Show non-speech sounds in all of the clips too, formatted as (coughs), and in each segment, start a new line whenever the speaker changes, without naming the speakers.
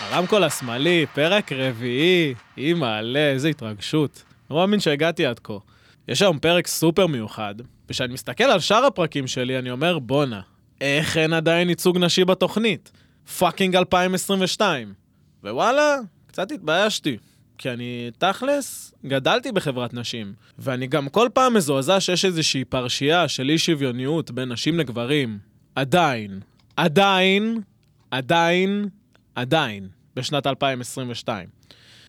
הרמקול השמאלי, פרק רביעי, היא מעלה, איזה התרגשות. לא מאמין שהגעתי עד כה. יש היום פרק סופר מיוחד, וכשאני מסתכל על שאר הפרקים שלי, אני אומר, בואנה, איך אין עדיין ייצוג נשי בתוכנית? פאקינג 2022. ווואלה, קצת התביישתי. כי אני, תכלס, גדלתי בחברת נשים, ואני גם כל פעם מזועזע שיש איזושהי פרשייה של אי שוויוניות בין נשים לגברים. עדיין, עדיין, עדיין, עדיין, בשנת 2022.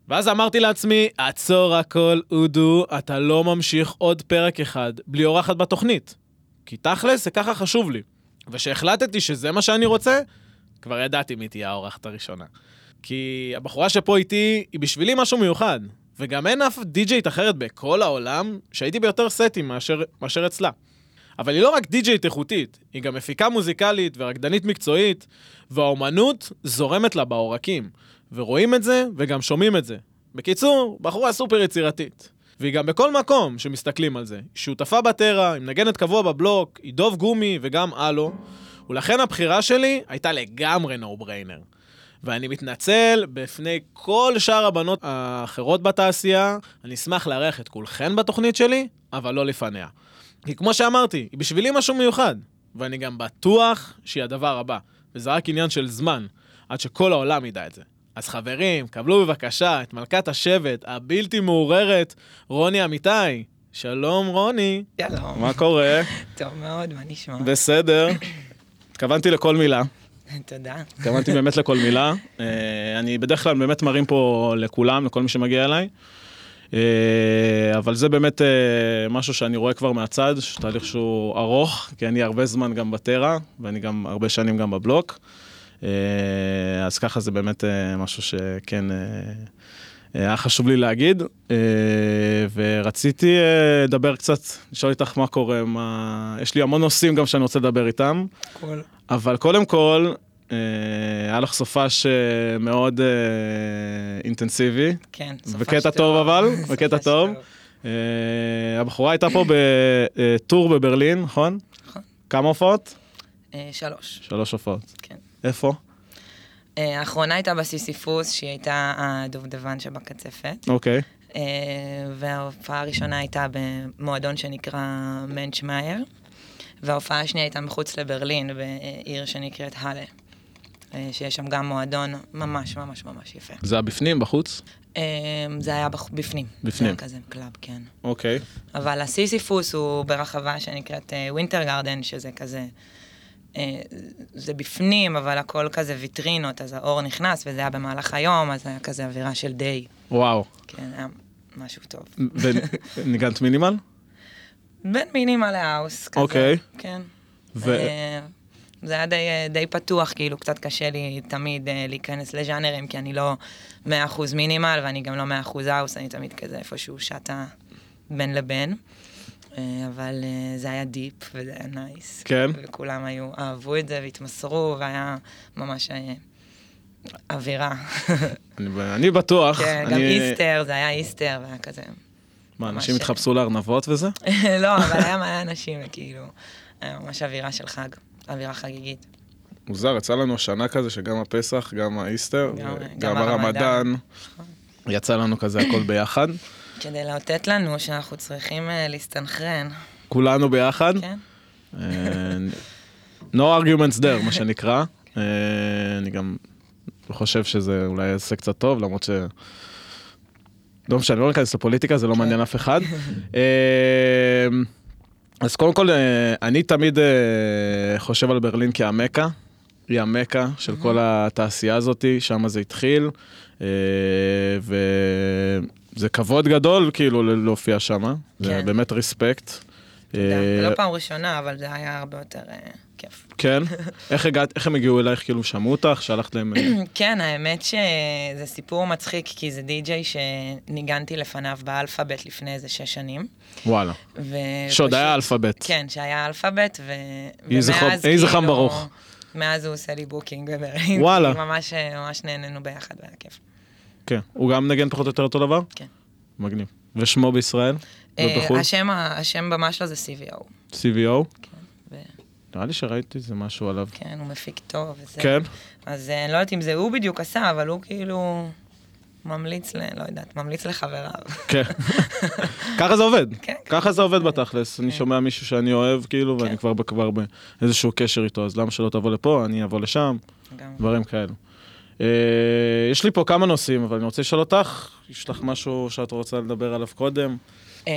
ואז אמרתי לעצמי, עצור הכל, אודו, אתה לא ממשיך עוד פרק אחד בלי אורחת בתוכנית. כי תכלס, זה ככה חשוב לי. וכשהחלטתי שזה מה שאני רוצה, כבר ידעתי מי תהיה האורחת הראשונה. כי הבחורה שפה איתי, היא בשבילי משהו מיוחד. וגם אין אף די-ג'ייט אחרת בכל העולם שהייתי ביותר סטים מאשר, מאשר אצלה. אבל היא לא רק די-ג'ייט איכותית, היא גם מפיקה מוזיקלית ורקדנית מקצועית, והאומנות זורמת לה בעורקים. ורואים את זה וגם שומעים את זה. בקיצור, בחורה סופר יצירתית. והיא גם בכל מקום שמסתכלים על זה. היא שותפה בטרה, היא מנגנת קבוע בבלוק, היא דוב גומי וגם הלו. ולכן הבחירה שלי הייתה לגמרי נו בריינר. ואני מתנצל בפני כל שאר הבנות האחרות בתעשייה. אני אשמח לארח את כולכן בתוכנית שלי, אבל לא לפניה. כי כמו שאמרתי, היא בשבילי משהו מיוחד, ואני גם בטוח שהיא הדבר הבא, וזה רק עניין של זמן, עד שכל העולם ידע את זה. אז חברים, קבלו בבקשה את מלכת השבט הבלתי מעוררת, רוני אמיתי. שלום רוני,
שלום,
מה קורה?
טוב מאוד, מה נשמע?
בסדר. התכוונתי לכל מילה.
(laughs) תודה.
התכוונתי באמת לכל מילה. אה, אני בדרך כלל באמת מרים פה לכולם, לכל מי שמגיע אליי. אה, אבל זה באמת אה, משהו שאני רואה כבר מהצד, תהליך שהוא ארוך, כי אני הרבה זמן גם בטרה, ואני גם הרבה שנים גם בבלוק. אה, אז ככה זה באמת אה, משהו שכן אה, אה, היה חשוב לי להגיד. אה, ורציתי אה, לדבר קצת, לשאול איתך מה קורה, מה... יש לי המון נושאים גם שאני רוצה לדבר איתם.
כל...
אבל קודם כל, אה, היה לך סופש אה, מאוד אה, אינטנסיבי,
כן, סופש
בקטע טוב
(laughs)
אבל,
סופש
בקטע טוב. אה, הבחורה הייתה פה בטור בברלין, נכון?
נכון.
כמה הופעות?
אה, שלוש,
שלוש הופעות.
כן.
איפה?
אה, האחרונה הייתה בסיסיפוס, שהיא הייתה הדובדבן שבקצפת.
אוקיי.
אה, וההופעה הראשונה הייתה במועדון שנקרא מנצ'מאייר, וההופעה השנייה הייתה מחוץ לברלין, בעיר שנקראת האלה. אה, שיש שם גם מועדון ממש ממש ממש יפה.
זה היה בפנים, בחוץ?
אה, זה היה בח- בפנים. זה
בפנים.
היה כזה קלאב, כן.
אוקיי.
אבל הסיסיפוס הוא ברחבה שנקראת ווינטר גרדן, שזה כזה, אה, זה בפנים, אבל הכל כזה ויטרינות, אז האור נכנס, וזה היה במהלך היום, אז היה כזה אווירה של דיי.
וואו.
כן, היה משהו טוב. (laughs)
וניגנת מינימל?
בין מינימה להאוס, כזה.
אוקיי.
כן.
ו-
אה, זה היה די, אה, די פתוח, כאילו, קצת קשה לי תמיד אה, להיכנס לז'אנרים, כי אני לא 100% מינימל, ואני גם לא 100% האוס, אני תמיד כזה איפשהו שטה בין לבין. אה, אבל אה, זה היה דיפ, וזה היה נייס.
כן.
וכולם היו, אהבו את זה והתמסרו, והיה ממש אה,
(laughs)
אווירה.
אני- אני בטוח.
כן, גם
אני-
איסטר, זה היה איסטר, והיה כזה... (laughs)
מה,
ממש-
אנשים התחפשו לארנבות וזה?
לא, אבל היה מלא אנשים, כאילו, היה ממש אווירה של חג, אווירה חגיגית.
מוזר, יצא לנו השנה כזה שגם הפסח, גם האיסטר,
גם- גם
גם
הרמדאן. נכון.
הרמדאן,
יצא לנו כזה הכל ביחד.
כדי לאותת לנו שאנחנו צריכים אה, להסתנכרן,
כולנו ביחד.
כן?
אה, no arguments there, מה שנקרא. אה, אני גם חושב שזה אולי יעשה קצת טוב, למרות ש... לא משנה, לא ניכנס לפוליטיקה, זה לא מעניין אף אחד. אה, אז קודם כל, אה, אני תמיד אה, חושב על ברלין כהמקה. היא המקה של כל התעשייה הזאת, שם זה התחיל, אה, וזה כבוד גדול כאילו ל- להופיע שם, זה
כן.
באמת ריספקט.
אתה יודע,
אה,
זה לא פעם ראשונה, אבל זה היה הרבה יותר אה, כיף.
כן? (laughs) איך הגעת, איך הם הגיעו אלייך, כאילו שמעו אותך, שלחת
(coughs)
להם... אה,
כן, האמת שזה סיפור מצחיק, כי זה די-ג'יי שניגנתי לפניו באלפאבית לפני איזה שש שנים.
וואלה.
ו-
שעוד היה
אה, פשוט-
אלפאבית.
כן, שהיה אלפאבית, ו...
יהי זכרו-
ומאז
יהי זכרם
כאילו-
ברוך.
מאז הוא עושה לי בוקינג בברלין.
וואלה.
ממש אה, ממש נהנינו ביחד, והיה כיף.
כן. הוא גם נגן פחות או יותר אותו דבר?
כן.
מגניב. ושמו בישראל? לא
אה,
ובחו"ל?
השם, ה- השם במה שלו זה CVO.
CVO?
כן, ו-
נראה לי שראיתי איזה משהו עליו.
כן, הוא מפיק טוב וזה.
כן?
אז אה, אני לא יודעת אם זה הוא בדיוק עשה, אבל הוא כאילו ממליץ ל... לא יודעת, ממליץ לחבריו.
כן.
(laughs)
ככה זה עובד.
כן.
ככה זה עובד בתכלס. אני שומע מישהו שאני אוהב, כאילו, ואני
כן.
כבר ב- כבר באיזשהו קשר איתו, אז למה שלא תבוא לפה, אני אבוא לשם,
גם.
דברים כאלו. אה, יש לי פה כמה נושאים, אבל אני רוצה לשאול אותך, יש לך משהו שאת רוצה לדבר עליו קודם?
אה,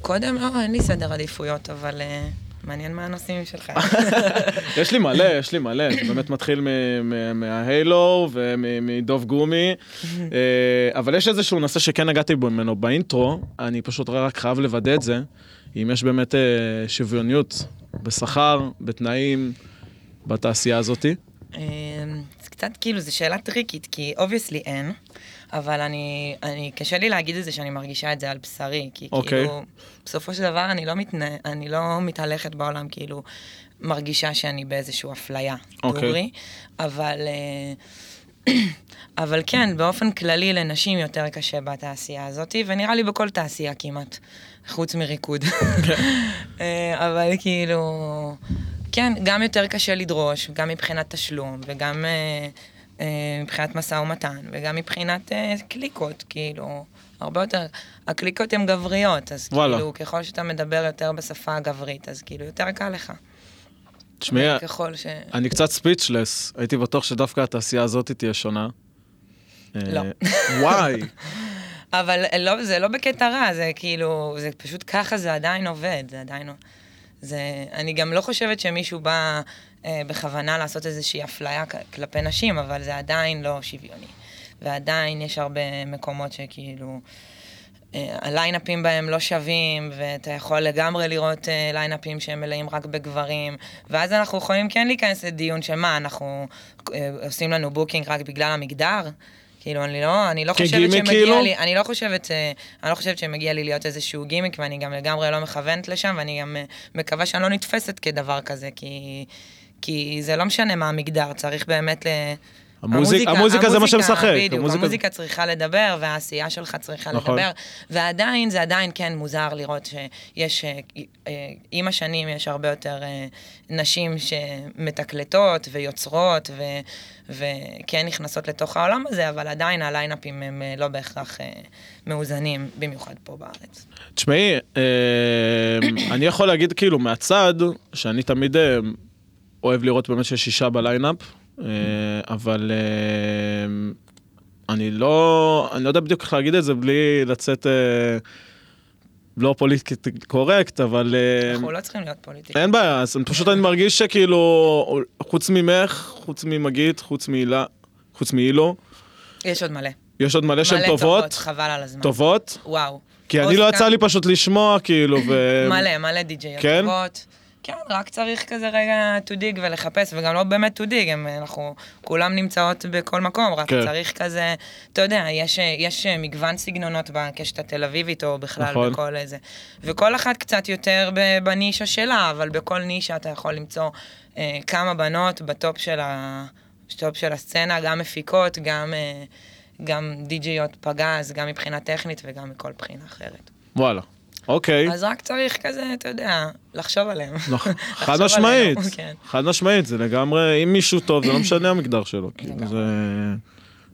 קודם לא, אין לי סדר עדיפויות, אבל אה, מעניין מה הנושאים
(laughs)
שלך.
יש לי מלא, יש לי מלא, זה באמת מתחיל מ- מ- מההיילו ומדוב גומי, אה, אבל יש איזשהו נושא שכן נגעתי בו ממנו באינטרו, אני פשוט רק חייב לוודא את זה, אם יש באמת אה, שוויוניות בשכר, בתנאים, בתעשייה הזאתי.
אה, זה קצת כאילו, זו שאלה טריקית, כי אובייסלי אין, אבל אני, אני, קשה לי להגיד את זה שאני מרגישה את זה על בשרי, כי okay.
אוקיי.
כאילו, בסופו של דבר אני לא, מתנה, אני לא מתהלכת בעולם, כאילו, מרגישה שאני באיזושהי אפליה,
אוקיי.
דוגרי, אבל... אה, אבל כן, באופן כללי לנשים יותר קשה בתעשייה הזאת, ונראה לי בכל תעשייה כמעט, חוץ מריקוד. אה, אבל כאילו, כן, גם יותר קשה לדרוש, גם מבחינת תשלום, וגם אה, אה, מבחינת משא ומתן, וגם מבחינת אה, קליקות, כאילו, הרבה יותר, הקליקות הן גבריות, אז
וואלה.
כאילו, ככל שאתה מדבר יותר בשפה הגברית, אז כאילו, יותר קל לך.
תשמעי,
ככל ש...
אני קצת ספיצ'לס, הייתי בטוח שדווקא התעשייה הזאתי תהיה שונה. אה,
לא.
וואי,
אבל לא, זה לא בקטע רע, זה כאילו, זה פשוט ככה זה עדיין עובד, זה עדיין... לא- זה, אני גם לא חושבת שמישהו בא אה, בכוונה לעשות איזושהי אפליה כ- כלפי נשים, אבל זה עדיין לא שוויוני. ועדיין יש הרבה מקומות שכאילו, אה, הליינאפים בהם לא שווים, ואתה יכול לגמרי לראות אה, ליינאפים שהם מלאים רק בגברים, ואז אנחנו יכולים כן להיכנס לדיון שמה, אנחנו אה, עושים לנו בוקינג רק בגלל המגדר? כאילו, אני לא, אני לא חושבת
כגימיק
שמגיע
כאילו?
לי, אני לא חושבת, אה, אני לא חושבת שמגיע לי להיות איזשהו גימיק, ואני גם לגמרי לא מכוונת לשם, ואני גם אה, מקווה שאני לא נתפסת כדבר כזה, כי, כי זה לא משנה מה המגדר, צריך באמת ל...
המוזיק- המוזיקה זה מה שמשחק,
בדיוק,
המוזיקה זה-
המוזיקה המוזיקה צריכה לדבר, והעשייה שלך צריכה
נכון.
נכון. לדבר. ועדיין, זה עדיין כן מוזר לראות שיש, אה, אה, עם השנים יש הרבה יותר אה, נשים שמתקלטות ויוצרות, ו, וכן נכנסות לתוך העולם הזה, אבל עדיין הליינאפים הם אה, לא בהכרח אה, מאוזנים, במיוחד פה בארץ.
תשמעי, אה, (coughs) אני יכול להגיד כאילו מהצד, שאני תמיד אה, אוהב לראות באמת שיש אישה בליינאפ, אה, אבל אה, אני לא, אני לא יודע בדיוק איך להגיד את זה בלי לצאת אה, לא פוליטיקלי קורקט, אבל... אה,
אנחנו לא צריכים להיות פוליטיקאים.
אין בעיה, אז אני פשוט אני מרגיש שכאילו, חוץ ממך, חוץ ממגית, חוץ מהילה, חוץ מהילו,
יש עוד מלא.
אה, יש עוד מלא שהן
מלא
טובות,
חבל על הזמן.
טובות,
וואו.
כי אני לא
אוסקר-
יצא לי פשוט לשמוע, כאילו, ו...
מלא, מלא די-ג'יות
כן?
טובות. כן, רק צריך כזה רגע to dig ולחפש, וגם לא באמת to dig, הם, אנחנו כולם נמצאות בכל מקום, רק
כן.
כן. צריך כזה, אתה יודע, יש, יש אה, מגוון סגנונות בקשת התל אביבית, או בכלל
נכון.
נכון. בכל איזה. וכל אחת קצת יותר ב- בנישה שלה, אבל בכל נישה אתה יכול למצוא אה, כמה בנות בטופ של, ה, בטופ של הסצנה, גם מפיקות, גם, אה, גם די-ג'יות פגז, גם מבחינה טכנית וגם מכל בחינה אחרת.
וואלה. אוקיי.
אז רק צריך כזה, אתה יודע,
(laughs)
לחשוב עליהם.
לא,
(laughs)
חד
לחשוב
משמעית,
עלינו, (laughs) כן.
חד משמעית, זה לגמרי, אם מישהו טוב,
(coughs)
זה לא משנה המגדר שלו, כאילו, זה...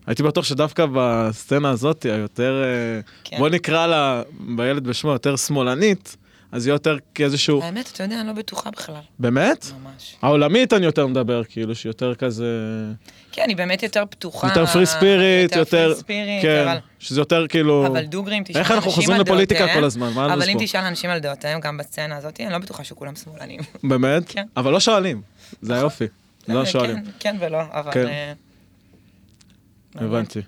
הייתי בטוח שדווקא בסצנה הזאת, היותר, אה,
כן.
בוא נקרא לה, בילד בשמו, יותר שמאלנית, אז היא יותר כאיזשהו,
האמת, אתה יודע, אני לא בטוחה בכלל,
באמת?
ממש.
העולמית אני יותר מדבר, כאילו, שהיא יותר כזה,
כן, היא באמת יותר פתוחה.
יותר פרי ספיריט, יותר,
פרי ספיריט,
כן,
אבל-
שזה יותר כאילו,
אבל דוגרי, אם תשאל
איך אנחנו
אנשים
חוזרים
על
לפוליטיקה
דעותיהם-
כל הזמן? מה
אבל
הלו"ז
אם
פה?
תשאל אנשים על דעותיהם, גם בסצנה הזאת, אני לא בטוחה שכולם שמאלנים.
באמת?
כן.
אבל לא שואלים, זה היופי, (laughs) לא
כן,
שואלים.
כן ולא, אבל...
כן.
אה, אוקיי.
הבנתי.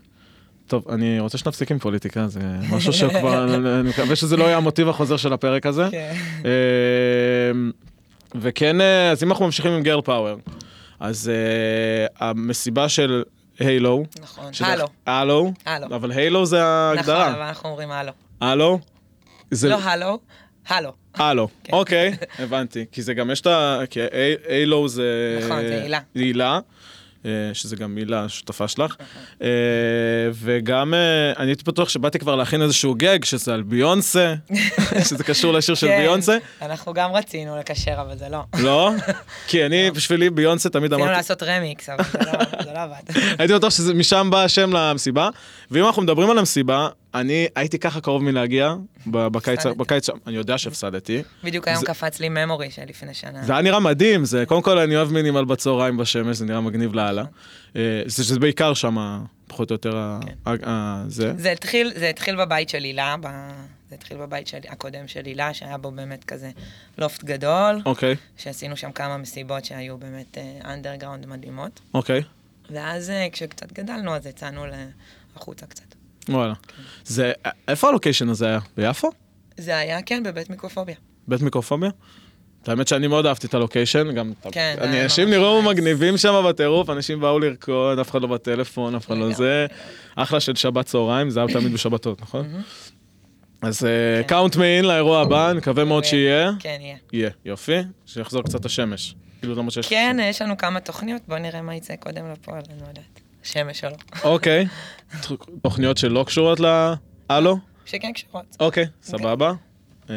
טוב, אני רוצה שנפסיק עם פוליטיקה, זה משהו שכבר,
(laughs)
אני מקווה שזה לא יהיה המוטיב החוזר של הפרק הזה.
כן.
אמ, וכן, אה, אז אם אנחנו ממשיכים עם גרל פאוור, אז אה, המסיבה של הילו.
נכון.
של-
הלו.
הלו.
הלו.
אבל הילו זה
נכון, אבל
ההגדרה.
אנחנו אומרים הלו.
הלו? זה-
לא הלו, הלו.
הלו.
כן.
אוקיי, הבנתי. כי זה גם יש את ה... כי הילו זה...
נכון, זה הילה.
הילה. אה, שזה גם מילה, שותפה שלך.
נכון.
אה, וגם, אה, אני הייתי בטוח שבאתי כבר להכין איזשהו גג, שזה על
(laughs)
ביונסה, שזה קשור לשיר של
כן,
ביונסה.
אנחנו גם רצינו לקשר, אבל זה לא. (laughs)
לא? כי אני, בשבילי ביונסה תמיד
רצינו
אמרתי...
לעשות רמיקס, כן, אבל זה לא- זה
(laughs)
לא עבד.
הייתי בטוח שמשם בא השם למסיבה. ואם אנחנו מדברים על המסיבה, אני הייתי ככה קרוב מלהגיע ב- בקיץ,
הפסדת.
בקיץ, ש- אני יודע שהפסדתי.
בדיוק היום
זה-
קפץ לי ממורי של לפני שנה.
זה היה נראה מדהים, זה קודם כל אני אוהב מינימל בצהריים בשמש, זה נראה מגניב לאללה. אה, זה שזה בעיקר שם, פחות או יותר, ה-
כן.
ה- ה- זה.
זה התחיל, זה התחיל בבית של הילה, ב... זה התחיל בבית של, הקודם של הילה, שהיה בו באמת כזה לופט גדול,
אוקיי,
שעשינו שם כמה מסיבות שהיו באמת אנדרגראונד מדהימות.
אוקיי,
ואז אה, כשקצת גדלנו, אז יצאנו ל- החוצה קצת.
וואלה. זה, א- איפה הלוקיישן הזה היה? ביפו?
זה היה, כן, בבית מיקרופוביה.
בית מיקרופוביה? האמת שאני מאוד אהבתי את הלוקיישן, גם... את ה-
כן,
אני-
היה
אנשים
ממש
נראו
nice.
מגניבים שם בטירוף, אנשים באו לרקוד, אף אחד לא בטלפון, אף אחד לא
לגמרי.
זה. אחלה של שבת צהריים, זה היה תמיד בשבתות, נכון? אז אה, קאונט מיין לאירוע הבא, נקווה מאוד שיהיה.
כן, יהיה.
יהיה, יופי, שיחזור קצת השמש. כאילו למרות שיש...
כן, אה, יש לנו כמה תוכניות, בואו נראה מה יצא קודם לפועל, אני לא יודעת. שמש או לא.
אוקיי. תוכניות שלא קשורות ל... הלו?
שכן קשורות.
אוקיי, סבבה. אה,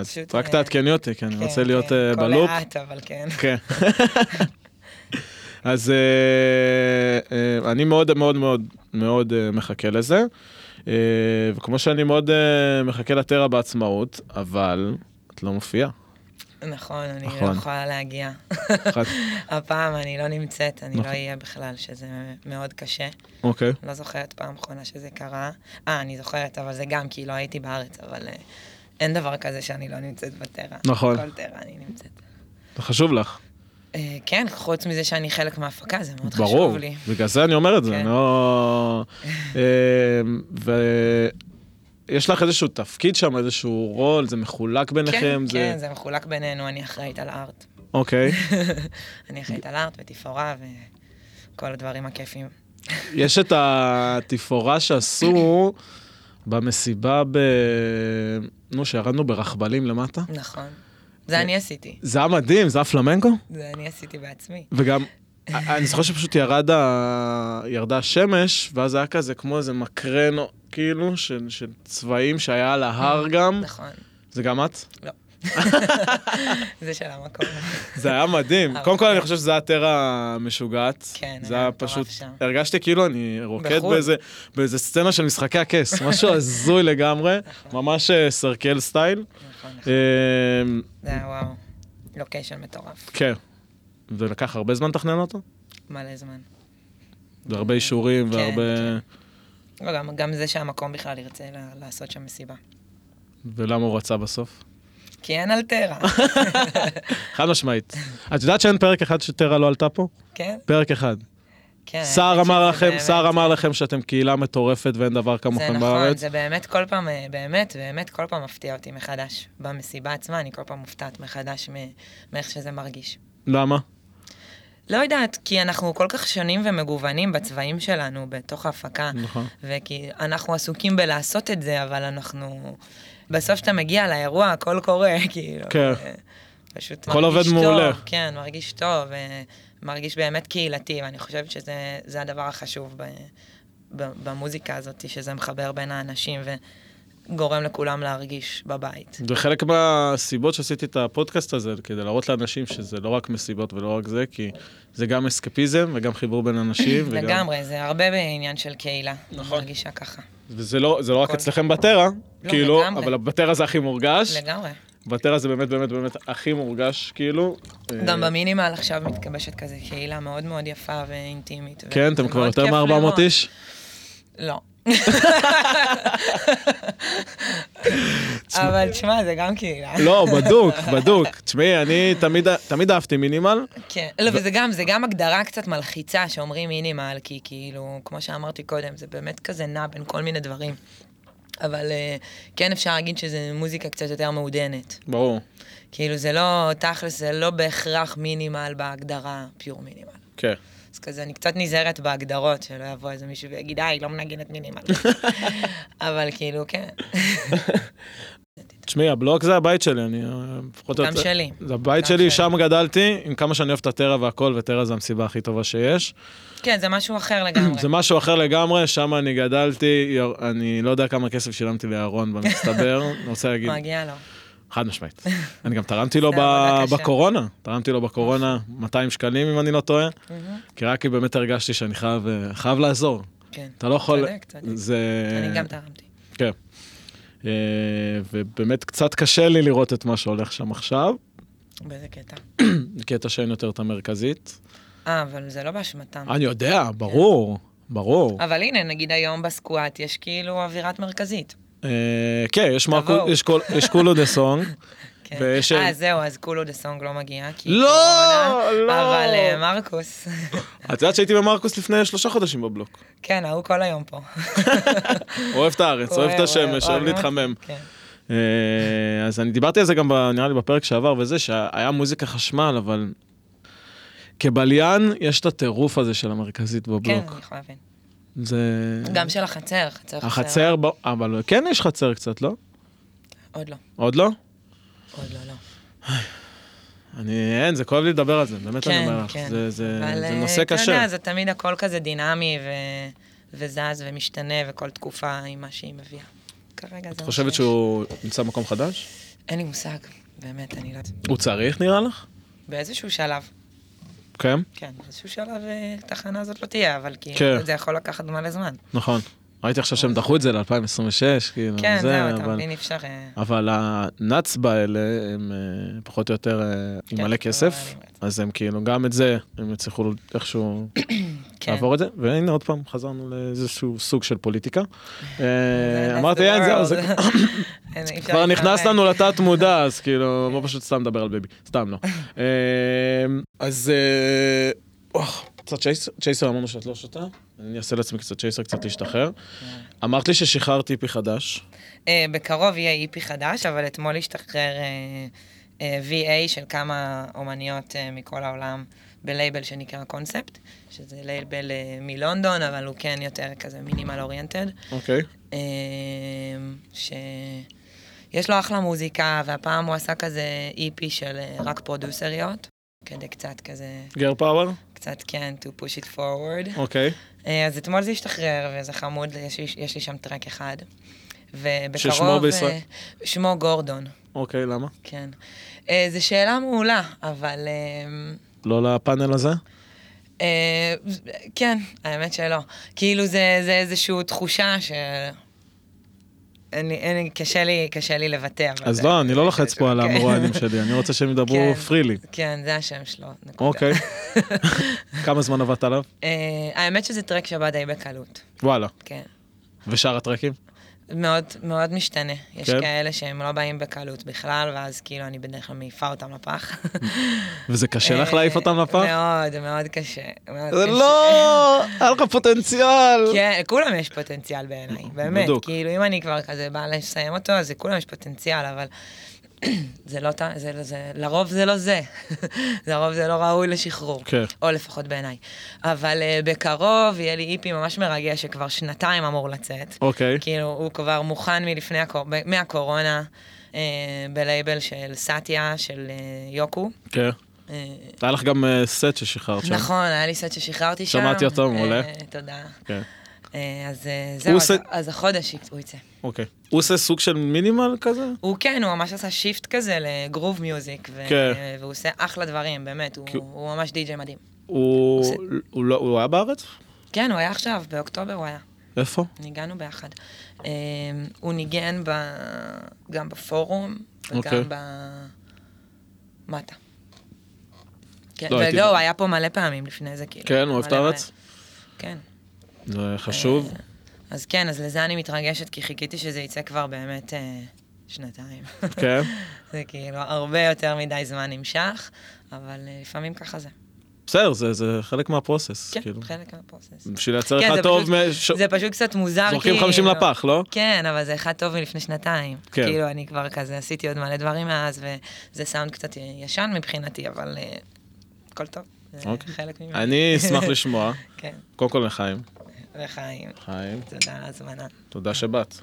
אז
פשוט,
רק
אה,
תעדכני אותי, כי אני
כן,
רוצה להיות
כן,
אה, בלופ.
כל לאט, אבל כן.
כן. (laughs) אז אה, אה, אני מאוד מאוד מאוד מאוד אה, מחכה לזה, אה, וכמו שאני מאוד אה, מחכה לטרה בעצמאות, אבל את לא
(laughs)
מופיעה.
נכון, אני לא
נכון.
יכולה להגיע. (laughs)
אחת-
הפעם אני לא נמצאת, אני
נכון.
לא אהיה בכלל, שזה מאוד קשה.
אוקיי.
לא זוכרת פעם אחרונה שזה קרה. אה, אני זוכרת, אבל זה גם כי לא הייתי בארץ, אבל אה, אין דבר כזה שאני לא נמצאת בטרה.
נכון.
כל טרה אני נמצאת.
זה חשוב לך.
אה, כן, חוץ מזה שאני חלק מההפקה, זה מאוד
ברור,
חשוב לי.
בגלל זה אני אומר את זה,
כן.
אני
(laughs)
לא... ויש לך איזשהו תפקיד שם, איזשהו רול, זה מחולק ביניכם,
כן,
זה...
כן, זה מחולק בינינו, אני אחראית על הארט. (laughs)
אוקיי.
אני אחראית על הארט ותפאורה וכל הדברים הכיפים.
יש את התפאורה שעשו במסיבה ב... נו, שירדנו ברכבלים למטה.
נכון. זה אני עשיתי.
זה היה מדהים, זה היה פלמנקו,
זה אני עשיתי בעצמי. (laughs)
וגם... אני זוכר שפשוט ירד ה... ירדה השמש, ואז היה כזה כמו איזה מקרן, כאילו, של, של צבעים שהיה על ההר גם.
נכון.
זה גם את?
זה של המקום.
זה היה מדהים.
אבל
קודם כל,
כן.
אני חושב שזה היה טרה משוגעת.
כן,
זה
היה
היה
מטורף
פשוט...
שם.
הרגשתי כאילו אני רוקד
בחו"ל.
באיזה- באיזה סצנה של משחקי
(laughs)
הכס, משהו הזוי לגמרי, ממש אה, סרקל סטייל.
נכון, נכון.
אמ,
זה היה אה, וואו. לוקיישן מטורף.
כן. זה לקח הרבה זמן לתכנן אותו?
מלא זמן.
והרבה אישורים
כן,
והרבה...
לא, גם, גם זה שהמקום בכלל ירצה ל- לעשות שם מסיבה.
ולמה הוא רצה בסוף?
כי
(laughs)
אין אלטרה,
חד משמעית. את יודעת שאין פרק אחד שטרה לא עלתה פה?
כן?
פרק אחד.
כן.
סער
האמת
אמר
שזה
לכם,
באמת-
סער אמר לכם שאתם קהילה מטורפת ואין דבר
זה
כמוכם
נכון,
בארץ.
זה באמת כל פעם, אה, באמת, באמת כל פעם מפתיע אותי מחדש. במסיבה עצמה אני כל פעם מופתעת מחדש מ- מאיך שזה מרגיש.
למה?
אה. לא יודעת, כי אנחנו כל כך שונים ומגוונים בצבעים שלנו, בתוך ההפקה.
נכון.
וכי אנחנו עסוקים בלעשות את זה, אבל אנחנו... בסוף כשאתה מגיע לאירוע, הכל קורה, (laughs) כאילו.
כן.
אה, פשוט
הכל
מרגיש
עובד
טוב,
מעולה.
כן, מרגיש טוב, אה, מרגיש באמת קהילתי, ואני חושבת שזה זה הדבר החשוב ב, ב, במוזיקה הזאת, שזה מחבר בין האנשים וגורם לכולם להרגיש בבית.
זה חלק מהסיבות שעשיתי את הפודקאסט הזה, כדי להראות לאנשים שזה לא רק מסיבות ולא רק זה, כי זה גם אסקפיזם וגם חיבור בין
(laughs)
אנשים. וגם-
לגמרי, זה הרבה בעניין של קהילה. נכון. מרגישה ככה.
וזה לא, זה לא רק
הכל.
אצלכם בטרה,
נכון. לא,
כאילו,
לגמרי.
אבל בטרה זה הכי מורגש.
לגמרי.
בטרה זה באמת באמת באמת הכי מורגש, כאילו.
גם
אה,
במינימל עכשיו מתגבשת כזה קהילה מאוד מאוד יפה ואינטימית.
כן,
וזה
אתם כבר
מאוד
יותר
כיף לראות.
מ-400 איש?
לא. אבל תשמע, זה גם כאילו, אה? קהילה.
לא, בדוק, בדוק. תשמעי, אני תמיד- תמיד אהבתי מינימל.
כן. לא, וזה גם, זה גם הגדרה קצת מלחיצה שאומרים מינימל, כי כאילו, כמו שאמרתי קודם, זה באמת כזה נע בין כל מיני דברים. אבל אה, כן אפשר להגיד שזה מוזיקה קצת יותר מעודנת.
ברור.
כאילו, זה לא, תכלס, זה לא בהכרח מינימל בהגדרה, פיור מינימל.
כן.
אז כזה, אני קצת נזהרת בהגדרות, שלא יבוא איזה מישהו ויגיד, אה, היא לא מנגנת מינימל. אבל כאילו, כן.
תשמעי, הבלוק זה הבית שלי, אני... אה, לפחות
גם
את-
שלי.
זה הבית
גם
שלי,
שלי.
שם גדלתי, עם כמה שאני אוהב את הטרה והכל, וטרה זה המסיבה הכי טובה שיש.
כן, זה משהו
(clears throat)
אחר לגמרי.
זה משהו אחר לגמרי, שם אני גדלתי, יר- אני לא יודע כמה כסף שילמתי לאהרון
(laughs)
במצטבר, אני רוצה להגיד,
מגיע לו.
חד משמעית. אני גם
(laughs)
תרמתי לו
זה
ב-
עבודה קשה.
בקורונה, תרמתי לו בקורונה 200 שקלים, אם אני לא טועה, כי רק כי באמת הרגשתי שאני חייב, אה, חייב לעזור.
כן.
אתה אה, לא יכול...
צודק, צודק.
זה...
אני גם תרמתי.
כן. אה, ובאמת קצת קשה לי לראות את מה שהולך שם עכשיו,
באיזה קטע.
קטע שאין יותר את המרכזית.
אה, אבל זה לא באשמתם.
אני יודע, ברור, ברור.
אבל הנה, נגיד היום בסקואט יש כאילו אווירת מרכזית.
אה, כן, יש
תבואו.
מרקו- יש כל- יש כולו דה סונג. (laughs)
כן.
ויש-
אה, זהו, אז כולו דה סונג לא מגיע. כי
לא,
קורונה,
לא.
אבל אה, מרקוס, (laughs)
את יודעת שהייתי במרקוס לפני שלושה חודשים בבלוק.
כן, ההוא כל היום פה.
אוהב את הארץ, אוהב את השמש, אוהב להתחמם.
כן.
אה, אז אני דיברתי על זה גם, ב- נראה לי, בפרק שעבר וזה, שהיה מוזיקה חשמל, אבל... כבליין, יש את הטירוף הזה של המרכזית
כן,
בבלוק.
אני יכולה להבין.
זה...
כן. גם של החצר, חצר חצר.
החצר, ב- אבל כן יש חצר קצת, לא?
עוד לא,
עוד לא?
עוד לא, לא.
אני, אין, זה כואב לי לדבר על זה, באמת אני אומר לך. זה- זה
כן, אבל,
זה
אה,
נושא
אתה יודע,
קשה.
זה תמיד הכל כזה דינמי ו... וזז ומשתנה, וכל תקופה עם מה שהיא מביאה. כרגע זה מה
את חושבת
לא שיש.
שהוא נמצא במקום חדש?
אין לי מושג, באמת, אני לא יודעת.
הוא צריך, נראה לך?
באיזשהו שלב,
כן,
כן, באיזשהו שלב אה, התחנה הזאת לא תהיה, אבל
כן.
כאילו, זה יכול לקחת מלא זמן.
נכון. ראיתי עכשיו שהם דחו את זה ל-2026, כאילו,
כן,
זה,
זהו, אתה
אבל...
מבין, אי אפשר... אה,
אבל הנאצבה האלה, הם אה, פחות או יותר אה, עם
כן,
מלא
לא
כסף,
מעלים את
אז הם כאילו, גם את זה, הם יצליחו איכשהו
כן.
לעבור את זה. והנה עוד פעם, חזרנו לאיזשהו סוג של
(laughs)
פוליטיקה. אה,
זה- לא that's
אמרתי,
the
אין, זהו, זה
(coughs) world." אין, אי אפשר
כבר נכנס
להתערב.
לנו לתת מודע, אז כאילו, בוא פשוט סתם נדבר על ביבי, סתם לא. אמ, אז... אה, אוח, קצת צ'ייסר, צ'ייסר אמרנו שאת לא שותה, אני אעשה לעצמי קצת צ'ייסר, קצת להשתחרר. אמרת לי ששחררתי פי חדש,
אה, בקרוב יהיה איפי חדש, אבל אתמול השתחרר אה, אה, VA של כמה אומניות אה, מכל העולם בלייבל שנקרא קונספט, שזה לייבל אה, מלונדון, אבל הוא כן יותר כזה מינימל אוריינטד.
אוקיי.
אה, ש... יש לו אחלה מוזיקה, והפעם הוא עשה כזה איפי של אה, רק פרודוסריות, כדי קצת כזה,
גר פאוור,
קצת כן, to push it forward.
אוקיי.
אה, אז אתמול זה השתחרר, וזה חמוד, יש לי, יש לי שם טרק אחד. ובקרוב...
ששמו בישראל?
אה, שמו גורדון,
אוקיי, למה?
כן. אה, זו שאלה מעולה, אבל... אה,
לא לפאנל הזה?
אה, כן, האמת שלא. כאילו זה, זה איזושהי תחושה ש... אין לי, אין לי, קשה לי, קשה לי לבטא. אבל
אז
זה-
לא, אני לא לוחץ פה על
כן.
המרואיינים שלי, אני רוצה שהם ידברו
(laughs) כן.
פרילי.
כן, זה השם שלו, נקודה. (laughs)
אוקיי. כמה זמן עבדת עליו?
אה, האמת שזה טרק שבא די בקלות,
וואלה.
כן.
ושאר הטרקים?
מאוד, מאוד משתנה. יש
כן.
כן. כאלה שהם לא באים בקלות בכלל, ואז כאילו אני בדרך כלל מעיפה אותם לפח. אה,
וזה קשה לך להעיף אותם לפח?
מאוד, מאוד קשה. מאוד
זה
קשה.
לא, (laughs) היה לך פוטנציאל.
אוקיי, כן, לכולם יש פוטנציאל בעיניי, באמת.
בדוק.
כאילו, אם אני כבר כזה באה לסיים אותו, אז לכולם יש פוטנציאל, אבל (clears throat) זה לא... ת- זה, לא- זה, לרוב זה לא זה. (laughs) לרוב זה לא ראוי לשחרור.
כן.
או לפחות בעיניי. אבל uh, בקרוב יהיה לי איפי ממש מרגש, שכבר שנתיים אמור לצאת.
אוקיי.
כאילו, הוא כבר מוכן מלפני הקור... ב- מהקורונה, אה, בלייבל של סאטיה, של אה, יוקו.
כן.
אה,
היה לך גם אה, סט ששחררת שם.
נכון, היה לי סט ששחררתי שם.
שמעתי אותו, מעולה.
אה, תודה.
כן.
אה, אז אה,
הוא
זהו, אז-
עושה-
אז החודש הוא יצא.
אוקיי. הוא עושה סוג של מינימל כזה?
הוא כן, הוא ממש עשה שיפט כזה לגרוב מיוזיק, ו-
כן.
והוא עושה אחלה דברים, באמת, הוא-
כי-
הוא ממש די.ג'יי מדהים.
הוא
עושה-
הוא לא- הוא היה בארץ?
כן, הוא היה עכשיו, באוקטובר הוא היה,
איפה?
ניגענו ביחד. אה, הוא ניגן ב- גם בפורום,
אוקיי.
וגם במטה. כן,
לא, הייתי-
ולא, הוא היה פה מלא פעמים לפני זה, כאילו.
כן, הוא אוהב את
מלא, מלא.
הארץ?
כן.
זה חשוב.
אה, אז כן, אז לזה אני מתרגשת, כי חיכיתי שזה יצא כבר באמת אה, שנתיים. (laughs)
כן.
זה כאילו הרבה יותר מדי זמן נמשך, אבל אה, לפעמים ככה זה.
בסדר, זה- זה חלק מהפרוסס.
כן,
כאילו.
חלק מהפרוסס.
בשביל לייצר
כן,
אחד
זה
טוב,
פשוט-
מש-
זה פשוט קצת מוזר,
זורקים 50 לפח, לא?
כן, אבל זה אחד טוב מלפני שנתיים.
כן.
כאילו, אני כבר כזה עשיתי עוד מלא דברים מאז, וזה סאונד קצת ישן מבחינתי, אבל אה, הכל טוב. זה
אוקיי.
חלק ממני.
אני אשמח לשמוע.
(laughs) כן,
קודם כל לחיים.
וחיים.
חיים,
תודה על ההזמנה.
תודה שבאת.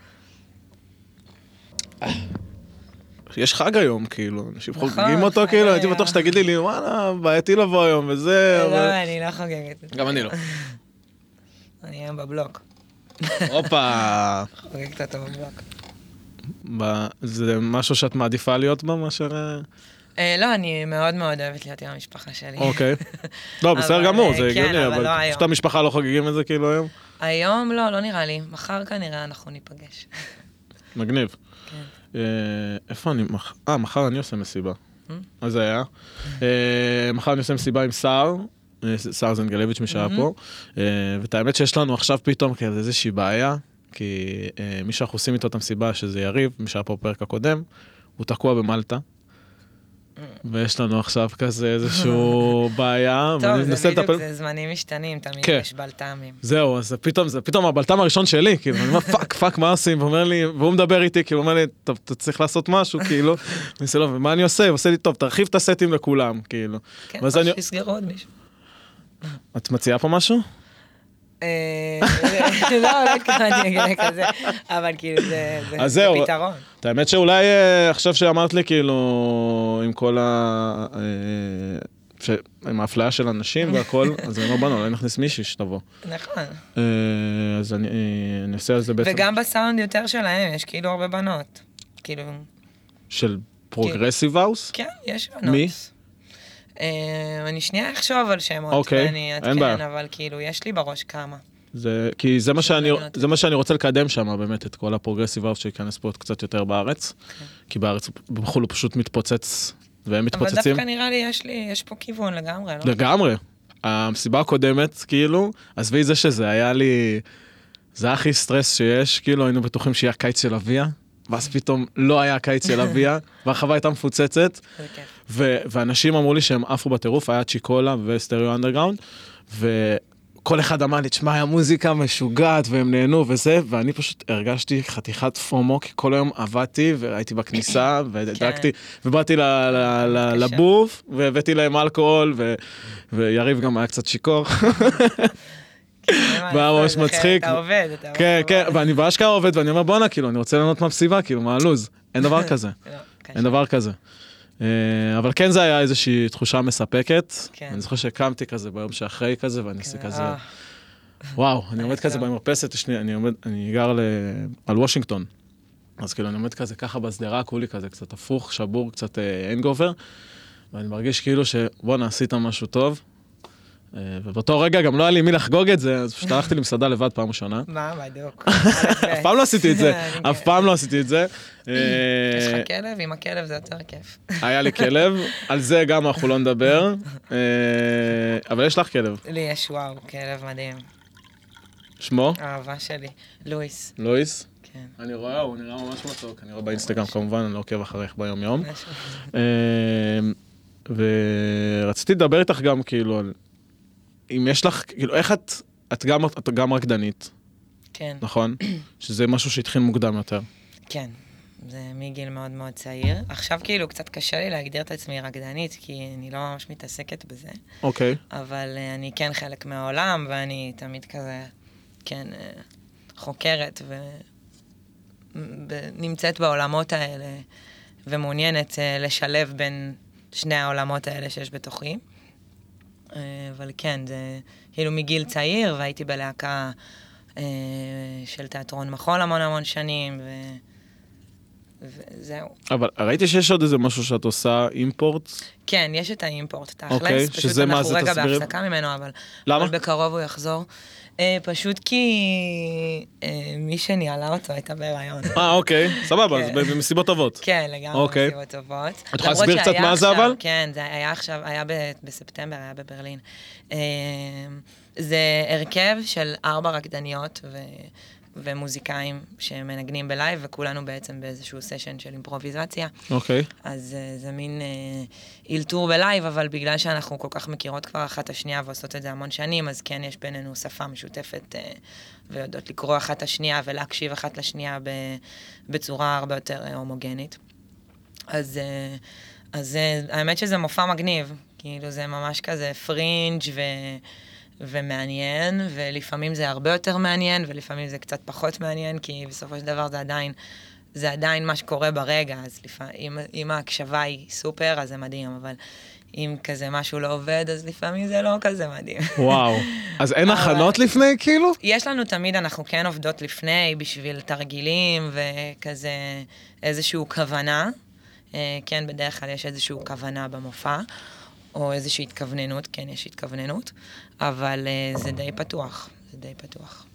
יש חג היום, כאילו, אנשים
נכון,
חוגגים אותו,
חג
כאילו, הייתי
היום.
בטוח שתגיד לי, וואלה, בעייתי לבוא היום וזה, אה, אבל...
לא, אני לא חוגגת.
גם אני לא.
אני היום בבלוק.
הופה.
חוגגת אותו בבלוק.
ב- זה משהו שאת מעדיפה להיות בה מאשר...
(laughs)
אה,
אה, לא, אני מאוד מאוד אוהבת להיות עם המשפחה שלי.
אוקיי. לא, בסדר
אבל,
גמור,
אה,
זה
כן,
הגיוני,
אבל לא
אבל
היום.
פשוט המשפחה לא חוגגים את זה כאילו היום?
היום לא, לא נראה לי. מחר כנראה אנחנו ניפגש.
מגניב.
כן.
אה, איפה אני? מח- אה, מחר אני עושה מסיבה.
Mm.
אז זה היה. אה, מחר אני עושה מסיבה עם סער. אה, ס- סער זנגלביץ' משעה פה, אה, ואת האמת שיש לנו עכשיו פתאום כזה איזושהי בעיה, כי אה, מי שאנחנו עושים איתו את המסיבה, שזה יריב, מי שהיה פה בפרק הקודם, הוא תקוע במלטה,
אה.
ויש לנו עכשיו כזה
(laughs)
איזושהי בעיה,
טוב,
ואני
זה
מנסה
בדיוק,
לטפל.
זה זמנים משתנים, תמיד
כן.
יש בלת"מים.
זהו, אז זה פתאום, זה פתאום הבלטם הראשון שלי, כאילו, אני אומר, פאק, פאק, מה עושים? והוא אומר לי, והוא מדבר איתי, כאילו, הוא אומר לי, טוב, אתה צריך לעשות משהו, כאילו, אני עושה לו, ומה אני עושה? הוא עושה לי, טוב, תרחיב את הסטים לכולם, כאילו.
כן,
ואז אני,
פשוט יסגרו עוד מישהו.
את מציעה פה משהו?
אה, (laughs) זה- לא, לא התכוונתי להגיד לכזה, אבל כאילו זה זה-
אז
זה
זהו.
פתרון.
את האמת שאולי אה, עכשיו שאמרת לי, כאילו, עם כל ה... אה, ש- עם האפליה של אנשים
(laughs)
והכל, אז אני אומר, בוא'נה, אולי נכניס מישהי שתבוא.
נכון.
אה, אז אני אה, אני אעשה על זה בעצם,
וגם בסאונד יותר שלהם יש כאילו הרבה בנות. כאילו,
של פרוגרסיב האוס?
כן, יש בנות.
מי?
אה, אני שנייה אחשוב על שמות,
אוקיי,
ואני
אין
אעדכן,
בעיה.
אבל כאילו, יש לי בראש כמה.
זה, כי זה מה, שאני,
מעניין אותי.
זה מה שאני רוצה לקדם שם, באמת, את כל הפרוגרסיב ארט שייכנס פה עוד קצת יותר בארץ. כי בארץ, בחו"ל הוא פשוט מתפוצץ, והם
כן. אבל
מתפוצצים.
דווקא נראה לי יש לי, יש פה כיוון לגמרי, לא?
לגמרי. המסיבה הקודמת, כאילו, עזבי זה שזה היה לי... זה היה הכי סטרס שיש, כאילו, היינו בטוחים שיהיה קיץ של אביה, ואז פתאום לא היה קיץ של
(laughs)
אביה, והרחבה הייתה מפוצצת,
זה כיף.
ו- ואנשים אמרו לי שהם עפו בטירוף, היה צ'יקולה וסטריאו אנדרגראונד, וכל אחד אמר לי, תשמע, היה מוזיקה משוגעת, והם נהנו וזה, ואני פשוט הרגשתי חתיכת פומו, כי כל היום עבדתי, והייתי בכניסה,
כן.
ודאגתי, ובאתי ל- ל- ל-
קשה.
לבוף, והבאתי להם אלכוהול, ו- ויריב גם היה קצת
(laughs)
שיכור. (laughs)
אין מה
והיה
לעשות,
ממש
זה חלק,
מצחיק.
אתה עובד, אתה עובד.
כן, כן, ואני באשכרה עובד, ואני אומר, בואנה, כאילו, אני רוצה ליהנות מהמסיבה, כאילו, מה הלו"ז? אין
(laughs)
דבר כזה.
לא, קשה.
כן, אין דבר כזה. אה, אבל כן זה היה איזושהי תחושה מספקת.
כן.
אני זוכר שקמתי כזה ביום שאחרי כזה, ואני עושה כזה,
אה,
וואו, אני עומד
איזה
כזה
טוב.
במרפסת, יש לי- אני עומד, אני גר ל- על וושינגטון. אז כאילו אני עומד כזה ככה בשדרה, כולי כזה קצת הפוך, שבור, קצת הנגובר, ואני מרגיש כאילו שבואנה, עשית משהו טוב. אה, ובאותו רגע גם לא היה לי מי לחגוג את זה, אז פשוט הלכתי למסעדה לבד פעם ראשונה.
מה, בדיוק.
(laughs) אף פעם לא עשיתי את זה,
אוקיי. (laughs) אני-
אף פעם לא עשיתי את זה.
יש
אה,
לך כלב? עם הכלב זה יותר כיף.
היה לי כלב, על זה גם אנחנו לא נדבר, אה, אבל יש לך כלב,
לי יש וואו, כלב מדהים.
שמו?
האהבה שלי. לואיס,
לואיס.
כן.
אני רואה, הוא נראה ממש מתוק, אני רואה באינסטגרם כמובן, אני לא עוקב אחריך ביום יום.
משהו.
ורציתי לדבר איתך גם כאילו על אם יש לך, כאילו איך את, את גם, את גם רקדנית,
כן,
נכון? שזה משהו שהתחיל מוקדם יותר.
כן. זה מגיל מאוד מאוד צעיר. עכשיו כאילו קצת קשה לי להגדיר את עצמי רקדנית, כי אני לא ממש מתעסקת בזה.
אוקיי.
אבל אה, אני כן חלק מהעולם, ואני תמיד כזה, כן, אה, חוקרת ו... ב- נמצאת בעולמות האלה, ומעוניינת אה, לשלב בין שני העולמות האלה שיש בתוכי. אה, אבל כן, זה כאילו מגיל צעיר, והייתי בלהקה אה, של תיאטרון מחול המון המון שנים, ו... וזהו.
אבל ראיתי שיש עוד איזה משהו שאת עושה אימפורט.
כן, יש את האימפורט, תכלס.
אוקיי,
פשוט
שזה מה,
אנחנו
זה
רגע
תסבירי?
בהפסקה ממנו, אבל...
למה?
אבל בקרוב הוא יחזור. אה, פשוט כי אה, מי שניהלה אותו הייתה בהיריון.
אה, אוקיי, סבבה, אז
כן.
במסיבות טובות.
כן, לגמרי,
אוקיי.
מסיבות
את
טובות.
יכולה
למרות
להסביר קצת
שהיה
מה זה,
עכשיו-
אבל?
כן, זה היה עכשיו, היה ב- בספטמבר, היה בברלין. אה, זה הרכב של ארבע רקדניות ו... ומוזיקאים שמנגנים בלייב, וכולנו בעצם באיזשהו סשן של אימפרוביזציה.
אוקיי.
אז אה, זה מין אה, אלתור בלייב, אבל בגלל שאנחנו כל כך מכירות כבר אחת את השנייה ועושות את זה המון שנים, אז כן, יש בינינו שפה משותפת, אה, ויודעות לקרוא אחת את השנייה ולהקשיב אחת לשנייה ב- בצורה הרבה יותר אה, הומוגנית. אז, אה, אז אה, האמת שזה מופע מגניב, כאילו זה ממש כזה פרינג' ו... ומעניין, ולפעמים זה הרבה יותר מעניין, ולפעמים זה קצת פחות מעניין, כי בסופו של דבר זה עדיין זה עדיין מה שקורה ברגע, אז לפעמים, אם, אם ההקשבה היא סופר, אז זה מדהים, אבל אם כזה משהו לא עובד, אז לפעמים זה לא כזה מדהים. (laughs)
וואו. אז אין
אבל-
הכנות לפני, כאילו?
יש לנו תמיד, אנחנו כן עובדות לפני, בשביל תרגילים וכזה איזושהי כוונה. אה, כן, בדרך כלל יש איזושהי כוונה במופע, או איזושהי התכווננות, כן, יש התכווננות, אבל אה, זה די פתוח, זה די פתוח.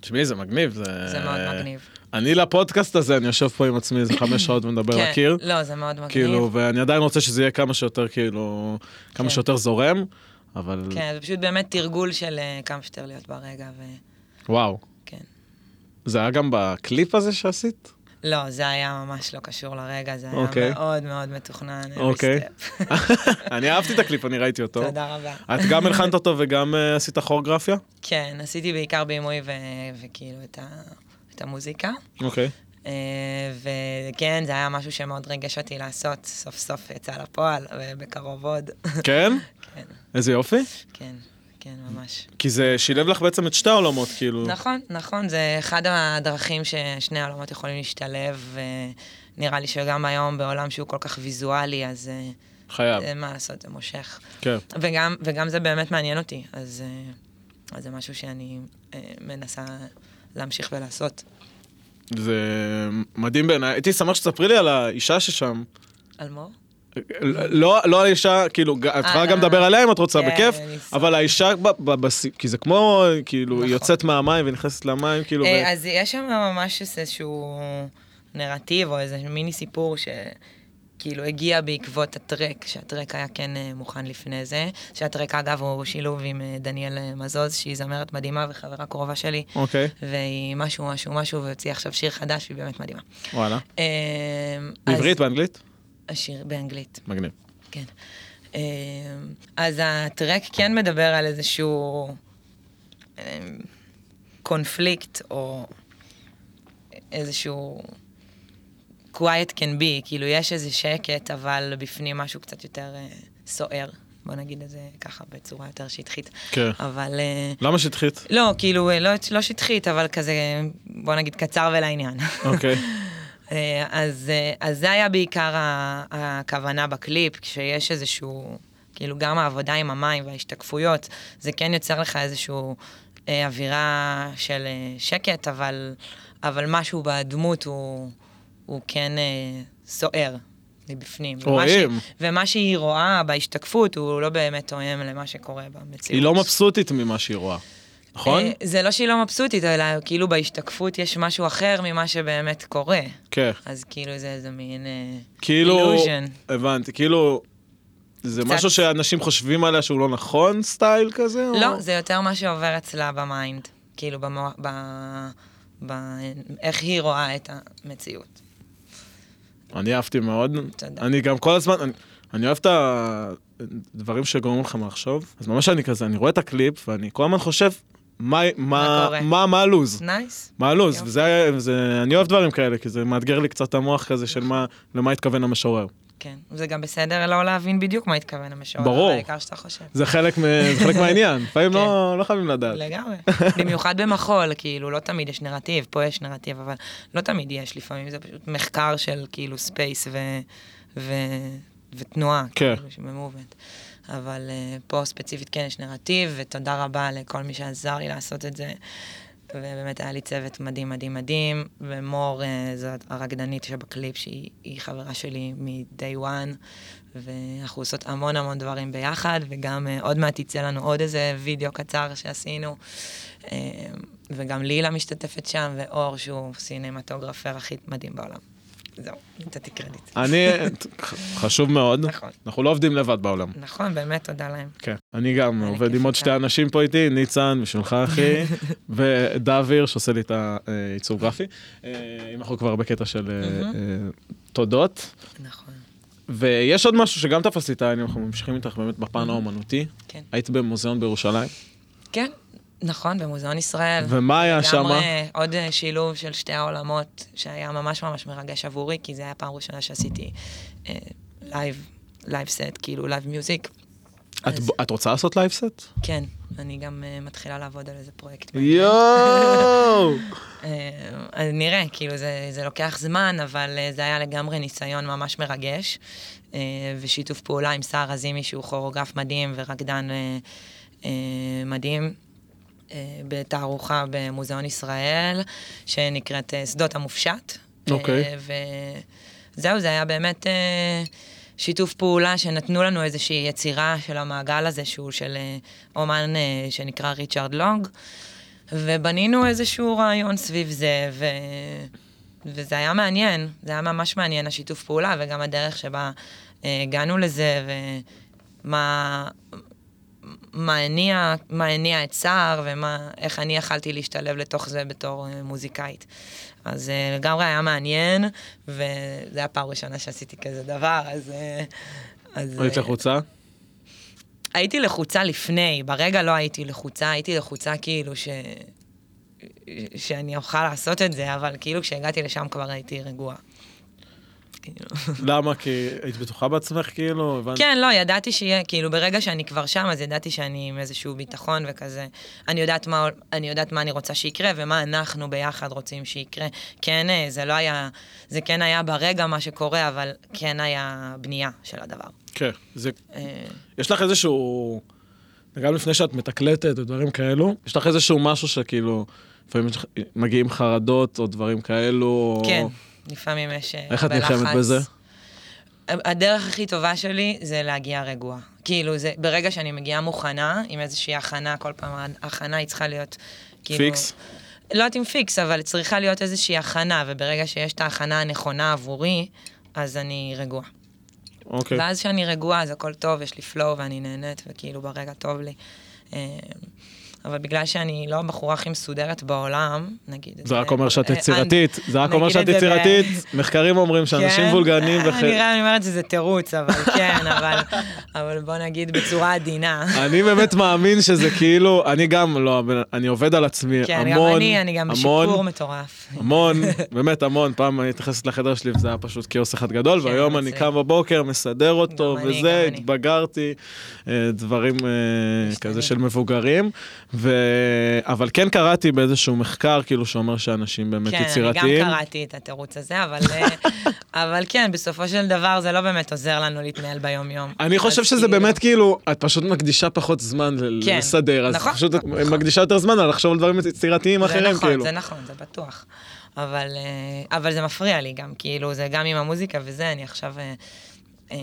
תשמעי, זה מגניב. זה...
אה,
זה מאוד מגניב.
אני לפודקאסט הזה, אני יושב פה עם עצמי איזה חמש שעות ומדבר
כן,
לקיר.
לא, זה מאוד מגניב.
כאילו, ואני עדיין רוצה שזה יהיה כמה שיותר, כאילו, כמה
כן.
שיותר זורם, אבל
כן, זה פשוט באמת תרגול של אה, כמה שיותר להיות ברגע, וכן.
וואו.
כן.
זה היה גם בקליפ הזה
(laughs)
שעשית?
לא, זה היה ממש לא קשור לרגע, זה היה
אוקיי.
מאוד מאוד מתוכנן. every
אוקיי.
step.
אני אהבתי את הקליפ, אני ראיתי אותו.
(laughs) תודה רבה.
את
(laughs)
גם הלחנת אותו וגם אה, עשית כוריאוגרפיה?
כן, עשיתי בעיקר בימוי ו... וכאילו את, ה... את המוזיקה.
אוקיי.
אה, וכן, זה היה משהו שמאוד ריגש אותי לעשות, סוף סוף יצא לפועל, ובקרוב עוד. (laughs)
כן?
כן,
איזה יופי.
כן, כן, ממש.
כי זה שילב לך בעצם את שתי העולמות, כאילו.
נכון, נכון, זה אחד הדרכים ששני העולמות יכולים להשתלב, ונראה לי שגם היום בעולם שהוא כל כך ויזואלי, אז אה,
חייב,
אה, מה לעשות, זה מושך.
כן.
וגם, וגם זה באמת מעניין אותי, אז, אה, אז זה משהו שאני אה, מנסה להמשיך ולעשות.
זה מדהים בעיניי. הייתי שמח שתספרי לי על האישה ששם.
אלמור?
לא, לא על האישה, כאילו, ג- את יכולה
אה,
גם לדבר עליה אם את רוצה,
כן,
בכיף,
אני אשמח.
אבל האישה, ב- ב- בס- כי זה כמו, כאילו, היא
נכון.
יוצאת מהמים ונכנסת למים, כאילו, ו-
אה, אז יש שם ממש איזשהו נרטיב או איזה מיני סיפור שכאילו הגיע בעקבות הטרק, שהטרק היה כן אה, מוכן לפני זה, שהטרק אגב הוא שילוב עם אה, דניאל אה, מזוז, שהיא זמרת מדהימה וחברה קרובה שלי,
אוקיי,
והיא משהו משהו משהו, והוציאה עכשיו שיר חדש, והיא באמת מדהימה.
וואלה.
אה, אז-
בעברית, באנגלית?
השיר באנגלית.
מגניב.
כן. אמ, אז הטרק כן מדבר על איזשהו אמ, קונפליקט או איזשהו quiet can be, כאילו יש איזה שקט, אבל בפנים משהו קצת יותר אה, סוער, בוא נגיד את זה ככה בצורה יותר שטחית.
כן.
אבל... אה,
למה שטחית?
לא, כאילו, אה, לא, לא שטחית, אבל כזה, בוא נגיד, קצר ולעניין.
אוקיי.
(laughs) אה, אז, אה, אז זה היה בעיקר ה- הכוונה בקליפ, כשיש איזשהו, כאילו גם העבודה עם המים וההשתקפויות, זה כן יוצר לך איזשהו אה, אווירה של אה, שקט, אבל, אבל משהו בדמות הוא, הוא כן אה, סוער מבפנים. ומה ש-
רואים.
ומה שהיא רואה בהשתקפות הוא לא באמת תואם למה שקורה במציאות.
היא לא מבסוטית ממה שהיא רואה, נכון?
אה, זה לא שהיא לא מבסוטית, אלא כאילו בהשתקפות יש משהו אחר ממה שבאמת קורה.
כן.
אז כאילו זה איזה מין... אה,
כאילו,
illusion.
הבנתי, כאילו, זה
קצת-
משהו שאנשים חושבים עליה שהוא לא נכון, סטייל כזה? או-
לא, זה יותר מה שעובר אצלה במיינד. כאילו, במו... ב... ב... איך היא רואה את המציאות.
אני אהבתי מאוד.
תודה.
אני גם כל הזמן, אני, אני אוהב את הדברים שגורמים לכם לחשוב. אז ממש אני כזה, אני רואה את הקליפ, ואני כל הזמן חושב, מה, מה,
קורה?
מה, מה הלו"ז?
נייס.
מה הלו"ז?
יופי.
וזה, היה- זה, אני אוהב דברים כאלה, כי זה מאתגר לי קצת את המוח כזה של מה, למה התכוון המשורר.
כן. זה גם בסדר לא להבין בדיוק מה התכוון המשורר.
ברור.
אבל העיקר שאתה חושב.
זה חלק, מ, זה חלק מהעניין, לפעמים
כן.
לא, לא חייבים לדעת.
לגמרי. במיוחד במחול, כאילו, לא תמיד יש נרטיב, פה יש נרטיב, אבל לא תמיד יש, לפעמים זה פשוט מחקר של כאילו ספייס ו... ו... ותנועה,
כן.
כאילו, שממובנט. אבל uh, פה ספציפית כן יש נרטיב, ותודה רבה לכל מי שעזר לי לעשות את זה. ובאמת היה לי צוות מדהים מדהים מדהים, ומור uh, זו הרקדנית שבקליפ, שהיא היא חברה שלי מ-day one, ואנחנו עושות המון המון דברים ביחד, וגם uh, עוד מעט יצא לנו עוד איזה וידאו קצר שעשינו, uh, וגם לילה משתתפת שם, ואור שהוא סינמטוגרפר הכי מדהים בעולם. זהו, נתתי קרדיט.
אני, חשוב מאוד,
נכון.
אנחנו לא עובדים לבד בעולם.
נכון, באמת, תודה להם.
כן, אני גם
היה לי
עובד
כיף
עם עוד
איתה.
שתי אנשים פה איתי, ניצן בשבילך
(laughs)
אחי, ודביר שעושה לי את העיצוב גרפי. אה, אם אנחנו כבר בקטע של אה,
מהמם.
אה, תודות.
נכון.
ויש עוד משהו שגם תפס לי את העין, אנחנו ממשיכים איתך באמת בפן האומנותי.
כן.
היית במוזיאון בירושלים,
כן, נכון, במוזיאון ישראל.
ומה היה שם?
לגמרי, עוד אה, שילוב של שתי העולמות, שהיה ממש ממש מרגש עבורי, כי זו אה, הייתה פעם ראשונה שעשיתי לייב, לייב סט, כאילו לייב מיוזיק.
את ב- את רוצה לעשות לייבסט?
כן, אני גם אה, מתחילה לעבוד על איזה פרויקט. בעניין. (laughs)
יואו!
אה, אז נראה, כאילו זה, זה לוקח זמן, אבל אה, זה היה לגמרי ניסיון ממש מרגש. אה, ושיתוף פעולה עם סער עזימי, שהוא כוריאוגרף מדהים ורקדן אה, אה, מדהים. אה, בתערוכה במוזיאון ישראל, שנקראת אה, שדות המופשט.
אוקיי.
אה, וזהו, זה היה באמת אה, שיתוף פעולה שנתנו לנו איזושהי יצירה של המעגל הזה, שהוא של אה, אומן אה, שנקרא ריצ'רד לונג, ובנינו איזשהו רעיון סביב זה, ו... וזה היה מעניין, זה היה ממש מעניין השיתוף פעולה, וגם הדרך שבה אה, הגענו לזה, ומה... מה הניע, מה הניע את סער ואיך אני יכלתי להשתלב לתוך זה בתור אה, מוזיקאית. אז אה, לגמרי היה מעניין, וזו הייתה פעם ראשונה שעשיתי כזה דבר, אז... אה, אז
היית
אה,
לא, לחוצה?
הייתי לחוצה לפני, ברגע לא הייתי לחוצה, הייתי לחוצה כאילו ש... שאני אוכל לעשות את זה, אבל כאילו כשהגעתי לשם כבר הייתי רגועה. כאילו.
למה? כי היית בטוחה בעצמך, כאילו? הבנת?
כן, לא, ידעתי שיהיה, כאילו, ברגע שאני כבר שם, אז ידעתי שאני עם איזשהו ביטחון וכזה. אני יודעת מה, אני יודעת מה אני רוצה שיקרה, ומה אנחנו ביחד רוצים שיקרה. כן, אה, זה לא היה, זה כן היה ברגע מה שקורה, אבל כן היה בנייה של הדבר.
כן. זה-
אה,
יש לך איזשהו... גם לפני שאת מתקלטת ודברים כאלו, יש לך איזשהו משהו שכאילו, לפעמים יש לך- מגיעים חרדות או דברים כאלו, או...
כן, לפעמים יש... אה,
איך את
הרבה
נלחמת
לחץ.
בזה?
הדרך הכי טובה שלי זה להגיע רגועה. כאילו, זה, ברגע שאני מגיעה מוכנה, עם איזושהי הכנה, כל פעם ההכנה היא צריכה להיות, כאילו...
פיקס?
לא יודעת אם פיקס, אבל צריכה להיות איזושהי הכנה, וברגע שיש את ההכנה הנכונה עבורי, אז אני רגועה.
אוקיי.
Okay. ואז כשאני רגועה, אז הכל טוב, יש לי flow ואני נהנית, וכאילו ברגע טוב לי. אה, אבל בגלל שאני לא הבחורה הכי מסודרת בעולם, נגיד... את
זה רק אומר שאת
אה,
יצירתית, זה רק
נגיד
אומר שאת
את זה ב-
יצירתית, מחקרים אומרים שאנשים
כן,
וולגנים
אה, נראה, אני אומרת שזה
(laughs)
תירוץ, אבל כן, אבל, אבל בוא נגיד בצורה עדינה.
אני באמת מאמין שזה כאילו, אני גם לא, אבל אני עובד על עצמי
כן,
המון,
גם אני, אני גם
המון,
שיפור מטורף.
המון, (laughs) באמת המון. פעם אני נכנסת לחדר שלי וזה היה פשוט כאוס אחד גדול,
כן,
והיום אני
מצחיק.
קם בבוקר, מסדר אותו
גם אני,
וזה,
גם אני.
התבגרתי, אה, דברים אה,
משתנים.
כזה של מבוגרים. ו... אבל כן קראתי באיזשהו מחקר, כאילו, שאומר שאנשים באמת
כן, אני
יצירתיים.
גם קראתי את התירוץ הזה, אבל, אה, אבל כן, בסופו של דבר זה לא באמת עוזר לנו להתנהל ביום-יום.
אני חושב
אז
שזה
כאילו-
באמת כאילו, את פשוט מקדישה פחות זמן ל-
כן,
לסדר, אז
נכון,
פשוט את
נכון.
מקדישה יותר זמן על לחשוב על דברים יצירתיים
זה
אחרים,
נכון,
כאילו.
זה נכון, זה בטוח. אבל, אה, אבל זה מפריע לי גם, כאילו, זה גם עם המוזיקה וזה, אני עכשיו... אה, אה,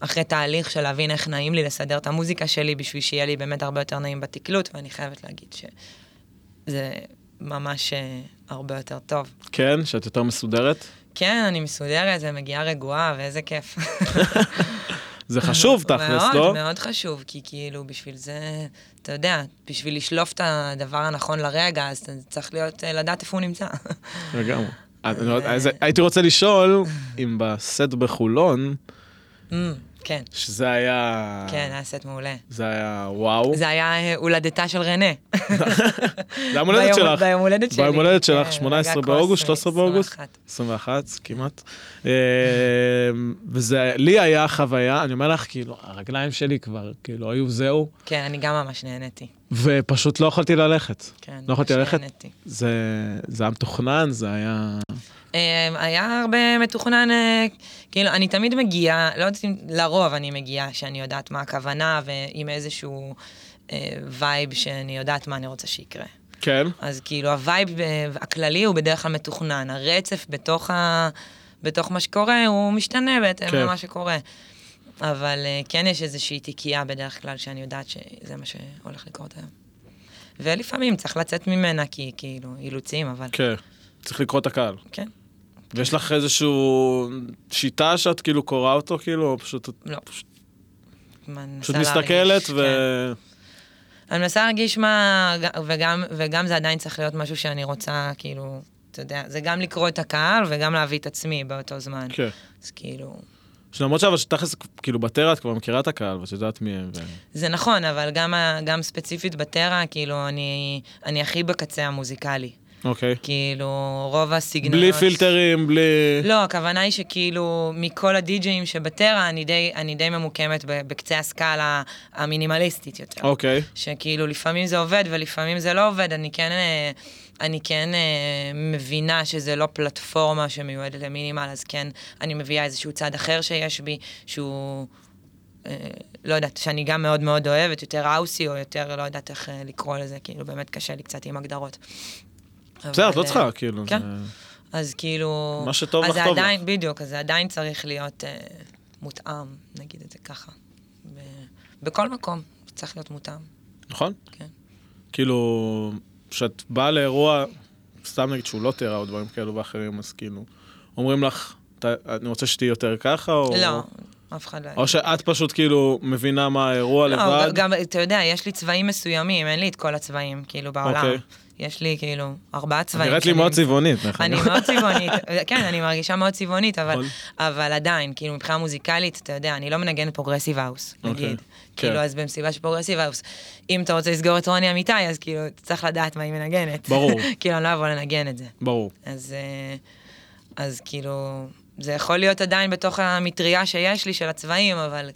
אחרי תהליך של להבין איך נעים לי לסדר את המוזיקה שלי, בשביל שיהיה לי באמת הרבה יותר נעים בתקלוט, ואני חייבת להגיד שזה ממש אה, הרבה יותר טוב.
כן, שאת יותר מסודרת.
כן, אני מסודרת ומגיעה רגועה, ואיזה כיף. (laughs)
זה חשוב תכלס, לא?
מאוד, מאוד חשוב, כי כאילו, בשביל זה, אתה יודע, בשביל לשלוף את הדבר הנכון לרגע, אז אתה צריך להיות, אה, לדעת איפה הוא נמצא.
לגמרי. אני לא- אז הייתי רוצה לשאול אם בסט בחולון,
Mm, כן,
שזה היה...
כן, היה סט מעולה.
זה היה וואו.
זה היה אה, הולדתה של
(laughs)
רנה.
זה היום הולדת
ביום-
שלך.
ביום הולדת שלי.
ביום הולדת שלך,
כן,
18
רגע
באוגוסט,
כוס, אה,
13 באוגוסט.
21.
21 כמעט. אה, וזה, לי היה חוויה, אני אומר לך, כאילו, הרגליים שלי כבר, כאילו, היו זהו,
כן, אני גם ממש נהניתי.
ופשוט לא יכולתי ללכת.
כן,
לא יכולתי
ממש
ללכת.
נהניתי.
זה זה היה מתוכנן, זה היה...
אה, היה הרבה מתוכנן, אה, כאילו, אני תמיד מגיעה, לא יודעת אם לרוב אני מגיעה, שאני יודעת מה הכוונה, ועם איזשהו אה, וייב שאני יודעת מה אני רוצה שיקרה.
כן.
אז כאילו, הווייב אה, הכללי הוא בדרך כלל מתוכנן, הרצף בתוך, ה... בתוך מה שקורה, הוא משתנה בהתאם
כן.
כן. למה שקורה. אבל אה, כן יש איזושהי תיקייה בדרך כלל, שאני יודעת שזה מה שהולך לקרות היום. ולפעמים צריך לצאת ממנה, כי כאילו, אילוצים, אבל
כן. צריך לקרוא את הקהל.
כן.
ויש לך איזשהו שיטה שאת כאילו קוראה אותו, כאילו, או פשוט,
לא.
פשוט-
מנסה
פשוט
להרגיש,
מסתכלת ו...
כן. אני מנסה להרגיש מה... וגם, וגם זה עדיין צריך להיות משהו שאני רוצה, כאילו, אתה יודע, זה גם לקרוא את הקהל וגם להביא את עצמי באותו זמן.
כן.
אז כאילו...
שלמרות שאבל שתכלס, כאילו, בטרה את כבר מכירה את הקהל, ואת יודעת מי הם. ו-
זה נכון, אבל גם, ה- גם ספציפית בטרה, כאילו, אני, אני הכי בקצה המוזיקלי.
אוקיי.
כאילו, רוב הסגנונות...
בלי פילטרים, בלי...
לא, הכוונה היא שכאילו, מכל הדי-ג'אים שבטרה, אני די, אני די ממוקמת ב- בקצה הסקאלה המינימליסטית יותר.
אוקיי.
שכאילו, לפעמים זה עובד ולפעמים זה לא עובד, אני כן... אה, אני כן אה, מבינה שזה לא פלטפורמה שמיועדת למינימל, אז כן, אני מביאה איזשהו צד אחר שיש בי, שהוא, אה, לא יודעת, שאני גם מאוד מאוד אוהבת, יותר האוסי או יותר, לא יודעת איך אה, לקרוא לזה, כאילו, באמת קשה לי קצת עם הגדרות.
בסדר, את
אבל,
לא
אה,
צריכה, כאילו.
כן.
זה-
אז כאילו...
מה שטוב
אז
לך,
זה
טוב
עדיין, בדיוק, אז זה עדיין צריך להיות אה, מותאם, נגיד את זה ככה. ב- בכל מקום זה צריך להיות מותאם.
נכון?
כן.
כאילו, כשאת באה לאירוע, סתם נגיד שהוא לא תיארה או דברים כאלו ואחרים, אז כאילו, אומרים לך, "ת- אני רוצה שתהיי יותר ככה, או...
לא, אף אחד לא...
או שאת פשוט כאילו מבינה מה האירוע
לא,
לבד.
גם, אתה יודע, יש לי צבעים מסוימים, אין לי את כל הצבעים, כאילו, בעולם.
אוקיי.
יש לי, כאילו, ארבעה צבעים.
נראית לי
שאני-
מאוד צבעונית, נכון? דרך
אני
אגב.
מאוד צבעונית, (laughs) כן, אני מרגישה מאוד צבעונית, אבל,
נכון.
אבל עדיין, כאילו, מבחינה מוזיקלית, אתה יודע, אני לא מנגנת פרוגרסיב האוס,
אוקיי,
נגיד.
כן.
כאילו, אז במסיבה של פרוגרסיב האוס, אם אתה רוצה לסגור את רוני אמיתי, אז כאילו, צריך לדעת מה היא מנגנת.
ברור.
(laughs) כאילו, אני לא אבוא לנגן את זה.
ברור.
אז, אה, אז כאילו, זה יכול להיות עדיין בתוך המטריה שיש לי של הצבעים, אבל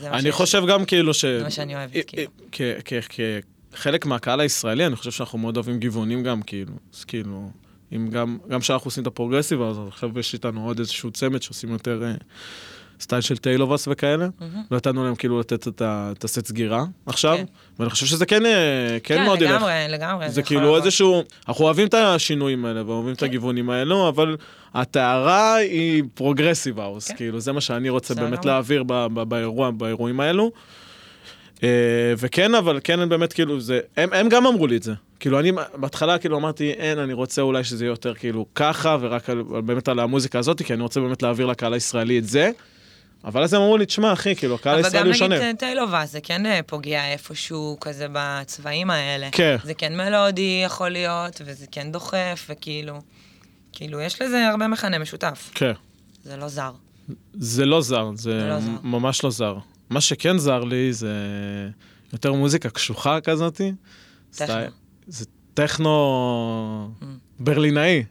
זה מה
אני
שיש.
חושב גם כאילו ש...
מה שאני אוהבת,
אה,
כאילו.
אה, כ- כ- כ- חלק מהקהל הישראלי, אני חושב שאנחנו מאוד אוהבים גבעונים גם, כאילו. אז כאילו, אם גם גם כשאנחנו עושים את הפרוגרסיב, אז עכשיו יש איתנו עוד איזשהו צמד שעושים יותר אה, סטייל של טיילובס וכאלה, ונתנו להם כאילו לתת את ה- את הסט סגירה עכשיו,
כן.
ואני חושב שזה כן אה, כן מאוד ילך.
כן, כן. לגמרי, לגמרי.
זה
יכול
כאילו
לעבוד.
איזשהו, אנחנו אוהבים את השינויים האלה ואוהבים את הגיוונים האלו, אבל הטהרה היא פרוגרסיב האוס,
כן.
כאילו זה מה שאני רוצה
בסדר
באמת
גמור.
להעביר ב- ב- באירוע, באירועים האלו. אה, וכן, אבל כן, הם באמת כאילו, זה, הם, הם גם אמרו לי את זה. כאילו, אני בהתחלה כאילו אמרתי, אין, אני רוצה אולי שזה יהיה יותר כאילו ככה, ורק על, על- באמת על המוזיקה הזאת, כי אני רוצה באמת להעביר לקהל הישראלי את זה. אבל אז הם אמרו לי, תשמע, אחי, כאילו, הקהל הישראלי הוא
אבל גם
שונה.
נגיד טיילובה, זה כן אה, פוגע איפשהו כזה בצבעים האלה.
כן.
זה כן מלודי יכול להיות, וזה כן דוחף, וכאילו... כאילו, יש לזה הרבה מכנה משותף,
כן.
זה לא זר.
זה לא זר, זה,
זה לא זר.
ממש לא זר. מה שכן זר לי זה יותר מוזיקה קשוחה כזאתי.
טכנו.
סטי- זה טכנו
Mm.
ברלינאי,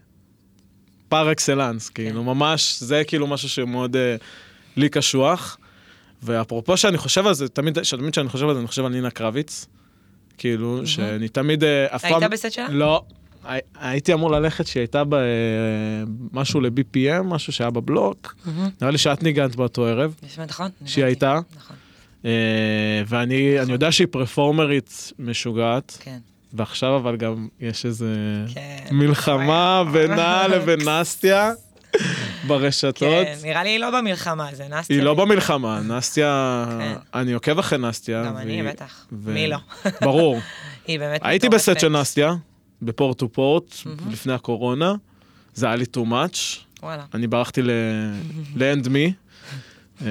פר אקסלנס,
כן.
כאילו, ממש, זה כאילו משהו שמאוד אה, לי קשוח. ואפרופו שאני חושב על זה, תמיד, תמיד כשאני חושב על זה, אני חושב על נינה קרביץ. כאילו, שאני תמיד אה, אף פעם...
היית בסט שלה?
לא. הי- הייתי אמור ללכת שהיא הייתה במשהו ל-BPM, משהו שהיה בבלוק. נראה לי שאת ניגנת באותו ערב.
יש מה, Mm-hmm. נכון?
שהיא
נראיתי.
הייתה?
נכון,
אה, ואני אני יודע שהיא פרפורמרית משוגעת,
כן.
ועכשיו אבל גם יש איזה
כן.
מלחמה
(laughs)
בינה לבין נסטיה ברשתות.
כן, נראה לי היא לא במלחמה, זה נסטי.
היא לא במלחמה, נסטיה,
כן.
אני עוקב אחרי נסטיה.
גם אני,
והיא-
בטח.
ו-
מי לא?
(laughs)
(laughs)
ברור.
היא באמת...
הייתי
מטורפת.
בסט של נסטיה, בפורט טו פורט, לפני הקורונה. זה היה לי too much.
וואלה.
אני ברחתי
(laughs)
ל-end me, אה,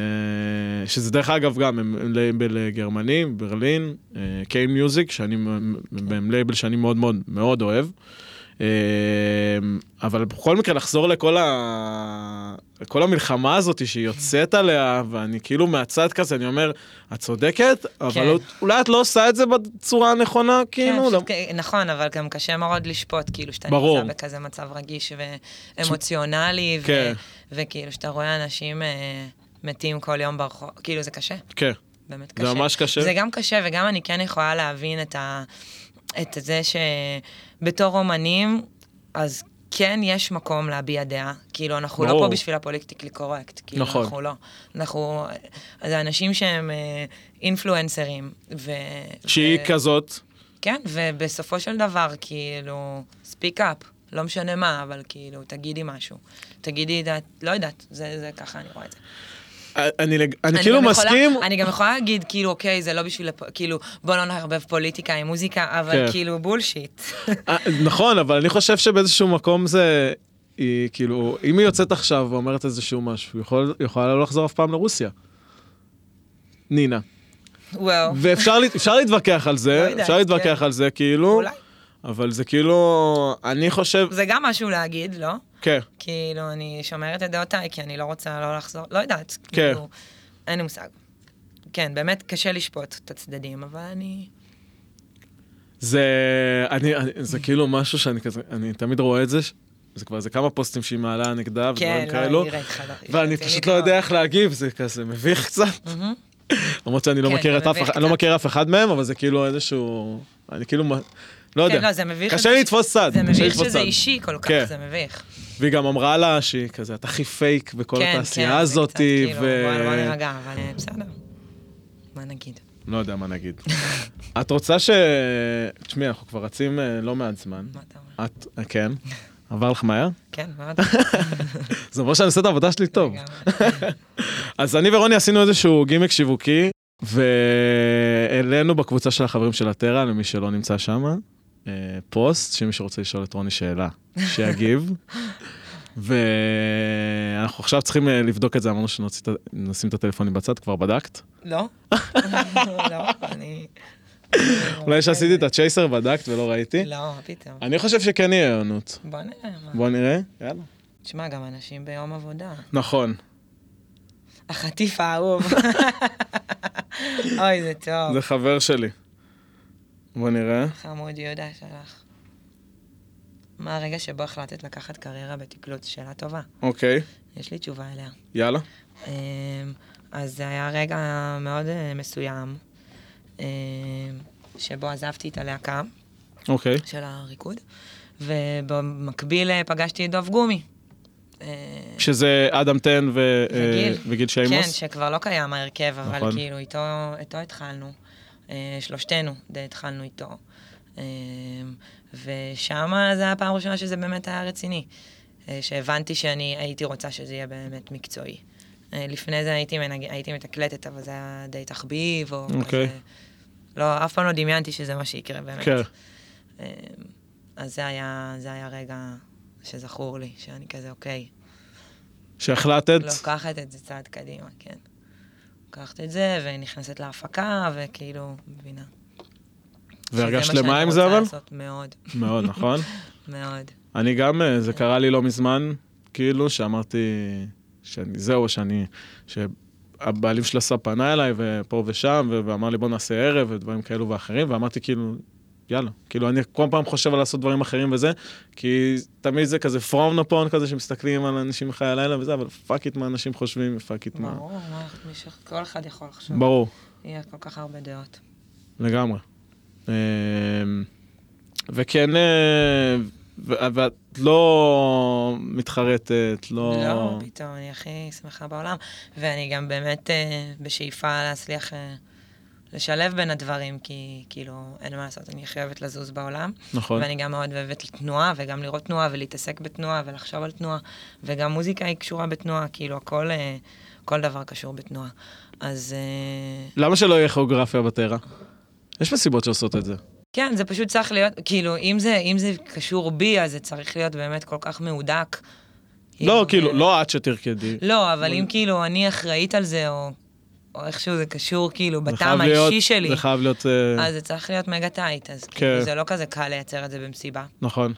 שזה דרך אגב גם, הם הם לייבל אה, גרמני, ברלין, קיין מיוזיק, שאני, מ- מ- הם לייבל שאני מאוד מאוד מאוד אוהב. אה, אבל בכל מקרה, לחזור לכל ה... כל המלחמה הזאת שהיא
כן.
יוצאת עליה, ואני כאילו מהצד כזה, אני אומר, את צודקת,
כן.
אבל אולי את לא עושה את זה בצורה הנכונה, כאילו.
כן,
למ-
פשוט, כ- נכון, אבל גם קשה מאוד לשפוט, כאילו, שאתה
ברור.
נמצא בכזה מצב רגיש ואמוציונלי, ו-
כן.
וכאילו, שאתה רואה אנשים אה, מתים כל יום ברחוב, כאילו, זה קשה,
כן,
באמת קשה.
זה ממש קשה.
זה גם קשה, וגם אני כן יכולה להבין את, ה... את זה שבתור אומנים, אז כן יש מקום להביע דעה. כאילו, אנחנו
ברור.
לא פה בשביל הפוליטיקלי קורקט. כאילו,
נכון.
אנחנו לא. אנחנו... זה אנשים שהם אה, אינפלואנסרים. ו...
שהיא
ו-
כזאת,
כן, ובסופו של דבר, כאילו, ספיק אפ, לא משנה מה, אבל כאילו, תגידי משהו. תגידי את ה... לא יודעת, זה, זה ככה אני רואה את זה.
אני- אני לג- אני כאילו
גם יכולה-
מסכים,
אני גם יכולה להגיד, כאילו, אוקיי, זה לא בשביל... הפ- כאילו, בוא לא נערבב פוליטיקה עם מוזיקה, אבל
כן.
כאילו, בולשיט. (laughs)
אה, נכון, אבל אני חושב שבאיזשהו מקום זה... היא כאילו, אם היא יוצאת עכשיו ואומרת איזשהו משהו, היא יכול- היא יכולה לא לחזור אף פעם לרוסיה. נינה.
וואו.
ואפשר לה- אפשר להתווכח על
אוקיי. לא
זה,
יודעת,
אפשר להתווכח
כן.
על זה, כאילו,
אולי.
אבל זה כאילו, אני חושב,
זה גם משהו להגיד, לא?
כן,
כאילו, אני שומרת את דעותיי, כי אני לא רוצה לא לחזור, לא יודעת.
כן.
כאילו, אין לי מושג. כן, באמת קשה לשפוט את הצדדים, אבל אני...
זה, אני, אני, זה כאילו משהו שאני כזה, אני תמיד רואה את זה, ש- זה כבר איזה כמה פוסטים שהיא מעלה נגדה
כן,
ודברים
לא,
כאלו,
היא ראיתך, לא, היא
ואני
רצינית
פשוט לא
מאוד.
יודע איך להגיב, זה כזה
(laughs)
מביך קצת. למרות שאני לא
כן,
מכיר
זה
את אף
מביך
אחד, אני לא
קצת.
מכיר אף אחד מהם, אבל זה כאילו איזשהו, אני כאילו, מ- לא
כן,
יודע.
לא, זה מביך.
קשה
שזה-
לי לתפוס צד,
זה
קשה לי
מביך
לתפוס
שזה
צד.
אישי כל כך,
כן.
זה מביך.
והיא גם אמרה לה שהיא כזה, את הכי פייק בכל
כן, כן,
התעשייה
זה
לא הזאת,
קצת כאילו,
ו...
בוא בוא נירגע, אבל אה, בסדר. מה נגיד?
לא יודע מה נגיד.
(laughs)
את רוצה ש... תשמעי, אנחנו כבר רצים אה, לא מעט זמן.
מה אתה אומר?
את, אה, כן. עבר לך מהר?
כן,
(laughs)
מאוד.
זה אומר שאני עושה את העבודה שלי טוב.
לגמרי.
אז אני ורוני עשינו איזשהו גימיק שיווקי, והעלינו בקבוצה של החברים של הטרה, למי שלא נמצא שם, אה, פוסט, שמי שרוצה לשאול את רוני שאלה,
(laughs)
שיגיב. ואנחנו עכשיו צריכים אה, לבדוק את זה, אמרנו שנשים את הטלפונים בצד, כבר בדקת?
לא? לא, אני... אוקיי.
אולי שעשיתי את הצ'ייסר בדקת ולא ראיתי?
לא, מה פתאום.
אני חושב שכן יהיה עונות.
בוא נראה. מה.
בוא נראה. יאללה.
תשמע, גם אנשים ביום עבודה.
נכון, (laughs)
החטיף האהוב. אוי, זה טוב.
זה חבר שלי. בוא נראה.
חמוד יהודה שלך. מה הרגע שבו החלטת לקחת קריירה בתקלוץ? שאלה טובה.
אוקיי,
יש לי תשובה אליה.
יאללה.
אמ, אז זה היה רגע מאוד אה, מסוים, אמ, שבו עזבתי את הלהקה
אוקיי.
של הריקוד, ובמקביל אה, פגשתי את דב גומי. אה,
שזה אדם טן ו...
וגיל.
אה, וגיל
כן,
שיימוס.
שכבר לא קיים ההרכב, אבל
נכון.
כאילו איתו, איתו התחלנו. אה, שלושתנו די התחלנו איתו. אה, ושם זו הייתה הפעם הראשונה שזה באמת היה רציני. אה, שהבנתי שאני הייתי רוצה שזה יהיה באמת מקצועי. אה, לפני זה הייתי, מנג... הייתי מתקלטת, אבל זה היה די תחביב, או
אוקיי.
כזה... לא, אף פעם לא דמיינתי שזה מה שיקרה באמת.
כן.
אה, אז זה היה, זה היה רגע שזכור לי, שאני כזה, אוקיי,
שהחלטת.
לוקחת את לא, זה צעד קדימה, כן. לוקחת את זה, ונכנסת להפקה, וכאילו, מבינה.
והרגשת
שזה מה
שלמה
שאני
עם זה,
רוצה
אבל?
לעשות, מאוד,
מאוד,
(laughs)
נכון.
מאוד.
אני גם, אה, זה קרה לי לא מזמן, כאילו, שאמרתי, שאני, זהו, שאני, שהבעלים של הסאב פנה אליי, ופה ושם, ו- ואמר לי, בוא נעשה ערב, ודברים כאלו ואחרים, ואמרתי, כאילו, יאללה. כאילו, אני כל פעם חושב על לעשות דברים אחרים וזה, כי תמיד זה כזה from upon כזה, שמסתכלים על אנשים בחיי הלילה וזה, אבל פאק איט מה אנשים חושבים, פאק איט מה...
ברור, מה, מישהו, כל אחד יכול לחשוב.
ברור.
יהיה כל כך הרבה דעות.
לגמרי. אמ, וכן, אה, ו- ואת לא מתחרטת, לא...
לא, פתאום, אני הכי שמחה בעולם. ואני גם באמת אה, בשאיפה להצליח אה, לשלב בין הדברים, כי כאילו, אין מה לעשות, אני חייבת לזוז בעולם.
נכון.
ואני גם מאוד אוהבת תנועה, וגם לראות תנועה, ולהתעסק בתנועה, ולחשוב על תנועה, וגם מוזיקה היא קשורה בתנועה, כאילו הכל, אה, כל דבר קשור בתנועה. אז אה,
למה שלא יהיה כיאוגרפיה בטרה? יש מסיבות שעושות את זה.
כן, זה פשוט צריך להיות, כאילו, אם זה, אם זה קשור בי, אז זה צריך להיות באמת כל כך מהודק.
לא, כאילו, לא את שתרקדי.
לא, אבל אם כאילו אני אחראית על זה, או, או איכשהו זה קשור כאילו
זה חייב
בטעם
להיות-
האישי שלי,
זה חייב להיות... כן. אה,
אז זה צריך להיות מגה טייט, אז כאילו זה לא כזה קל לייצר את זה במסיבה.
נכון.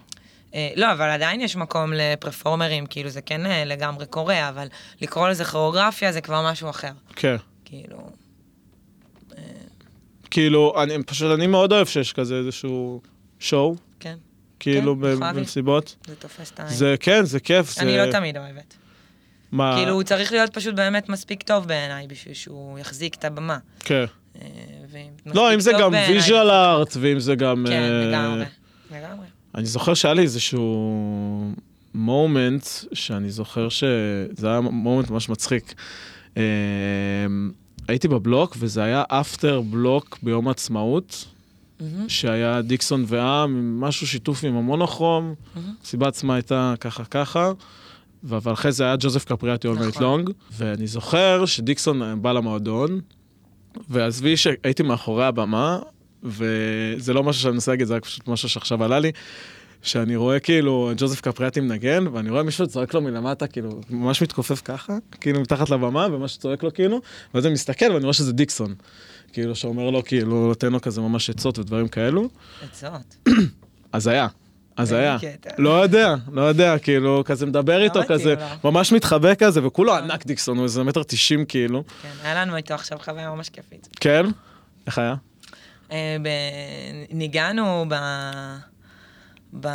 אה, לא, אבל עדיין יש מקום לפרפורמרים, כאילו זה כן אה, לגמרי קורה, אבל לקרוא לזה כוריאוגרפיה זה כבר משהו אחר.
כן.
כאילו,
כאילו, אני פשוט, אני מאוד אוהב שיש כזה איזשהו שואו,
כן,
כאילו,
נכון,
ב-
אבי.
במסיבות.
זה תופס את העין.
זה, כן, זה כיף. זה- אה.
אני לא תמיד אוהבת.
מה-
כאילו, הוא צריך להיות פשוט באמת מספיק טוב בעיניי בשביל שהוא יחזיק את הבמה.
כן.
אה, ומספיק
לא, אם זה
טוב
גם
בעיניי-
ויז'ואל ארט, ואם זה גם...
כן,
אה,
לגמרי. לגמרי.
אני זוכר שהיה לי איזשהו מומנט, שאני זוכר שזה היה מומנט ממש מצחיק. אה, הייתי בבלוק, וזה היה אפטר בלוק ביום העצמאות,
מהמם.
שהיה דיקסון ועם, משהו שיתוף עם המונוכרום,
מהמם.
הסיבה עצמה הייתה ככה ככה. אבל אחרי זה היה ג'וזף קפריאטי אול נייט
נכון.
לונג, ואני זוכר שדיקסון אה, בא למועדון, ועזבי שהייתי מאחורי הבמה, וזה לא משהו שאני מנסה להגיד, זה רק פשוט משהו שעכשיו עלה לי, שאני רואה כאילו את ג'וזף קפריאטי מנגן, ואני רואה מישהו צועק לו מלמטה, כאילו, ממש מתכופף ככה, כאילו מתחת לבמה, ומה שצועק לו כאילו, ואז אני מסתכל ואני רואה שזה דיקסון. כאילו, שאומר לו, כאילו, נותן לו כזה ממש עצות ודברים כאלו.
עצות.
אז היה. אז
איזה
היה.
קטע.
לא יודע, לא יודע, כאילו, כזה מדבר איתו,
מתאים
כזה,
לו.
ממש מתחבא כזה, וכולו
אה.
ענק דיקסון, הוא איזה מטר תשעים כאילו.
כן, היה לנו איתו עכשיו חוויה ממש כיפית.
כן? איך היה?
אמ, אה, ב... ניגענו ב... ב...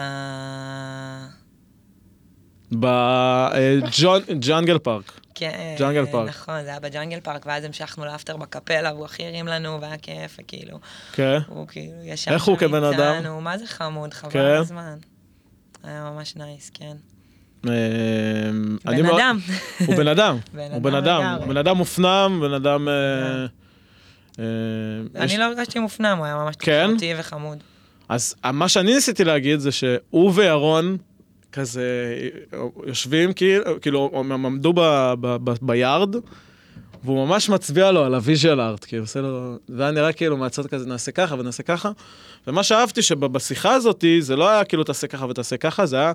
בג'אנגל אה, פארק.
כן,
ג'אנגל פארק.
נכון, זה היה בג'אנגל פארק, ואז המשכנו לאפטר בקפלה, והוא הכי הרים לנו, והיה כיף, וכאילו,
כן.
הוא כאילו ישב
איך הוא
שם
כבן אדם?
איתנו, מה זה חמוד, חבל
כן.
על הזמן. היה ממש נייס, כן.
אה, אני לא-
בן
מאוד- (laughs)
אדם.
הוא בן אדם.
בן
הוא בן
אדם
אדם.
לגמרי.
הוא בן אדם מופנם, בן אדם... אה, אה, יש-
אני לא הרגשתי מופנם, הוא היה ממש
כן?
תקשורתי וחמוד.
אז מה שאני ניסיתי להגיד זה שהוא וירון כזה יושבים כאילו, כאילו הם עמדו ב, ב, ב, ביארד, והוא ממש מצביע לו על הוויז'ל ארט, כאילו, עושה לו... זה היה נראה כאילו מהצד כזה, נעשה ככה ונעשה ככה. ומה שאהבתי שבשיחה הזאת, זה לא היה כאילו תעשה ככה ותעשה ככה, זה היה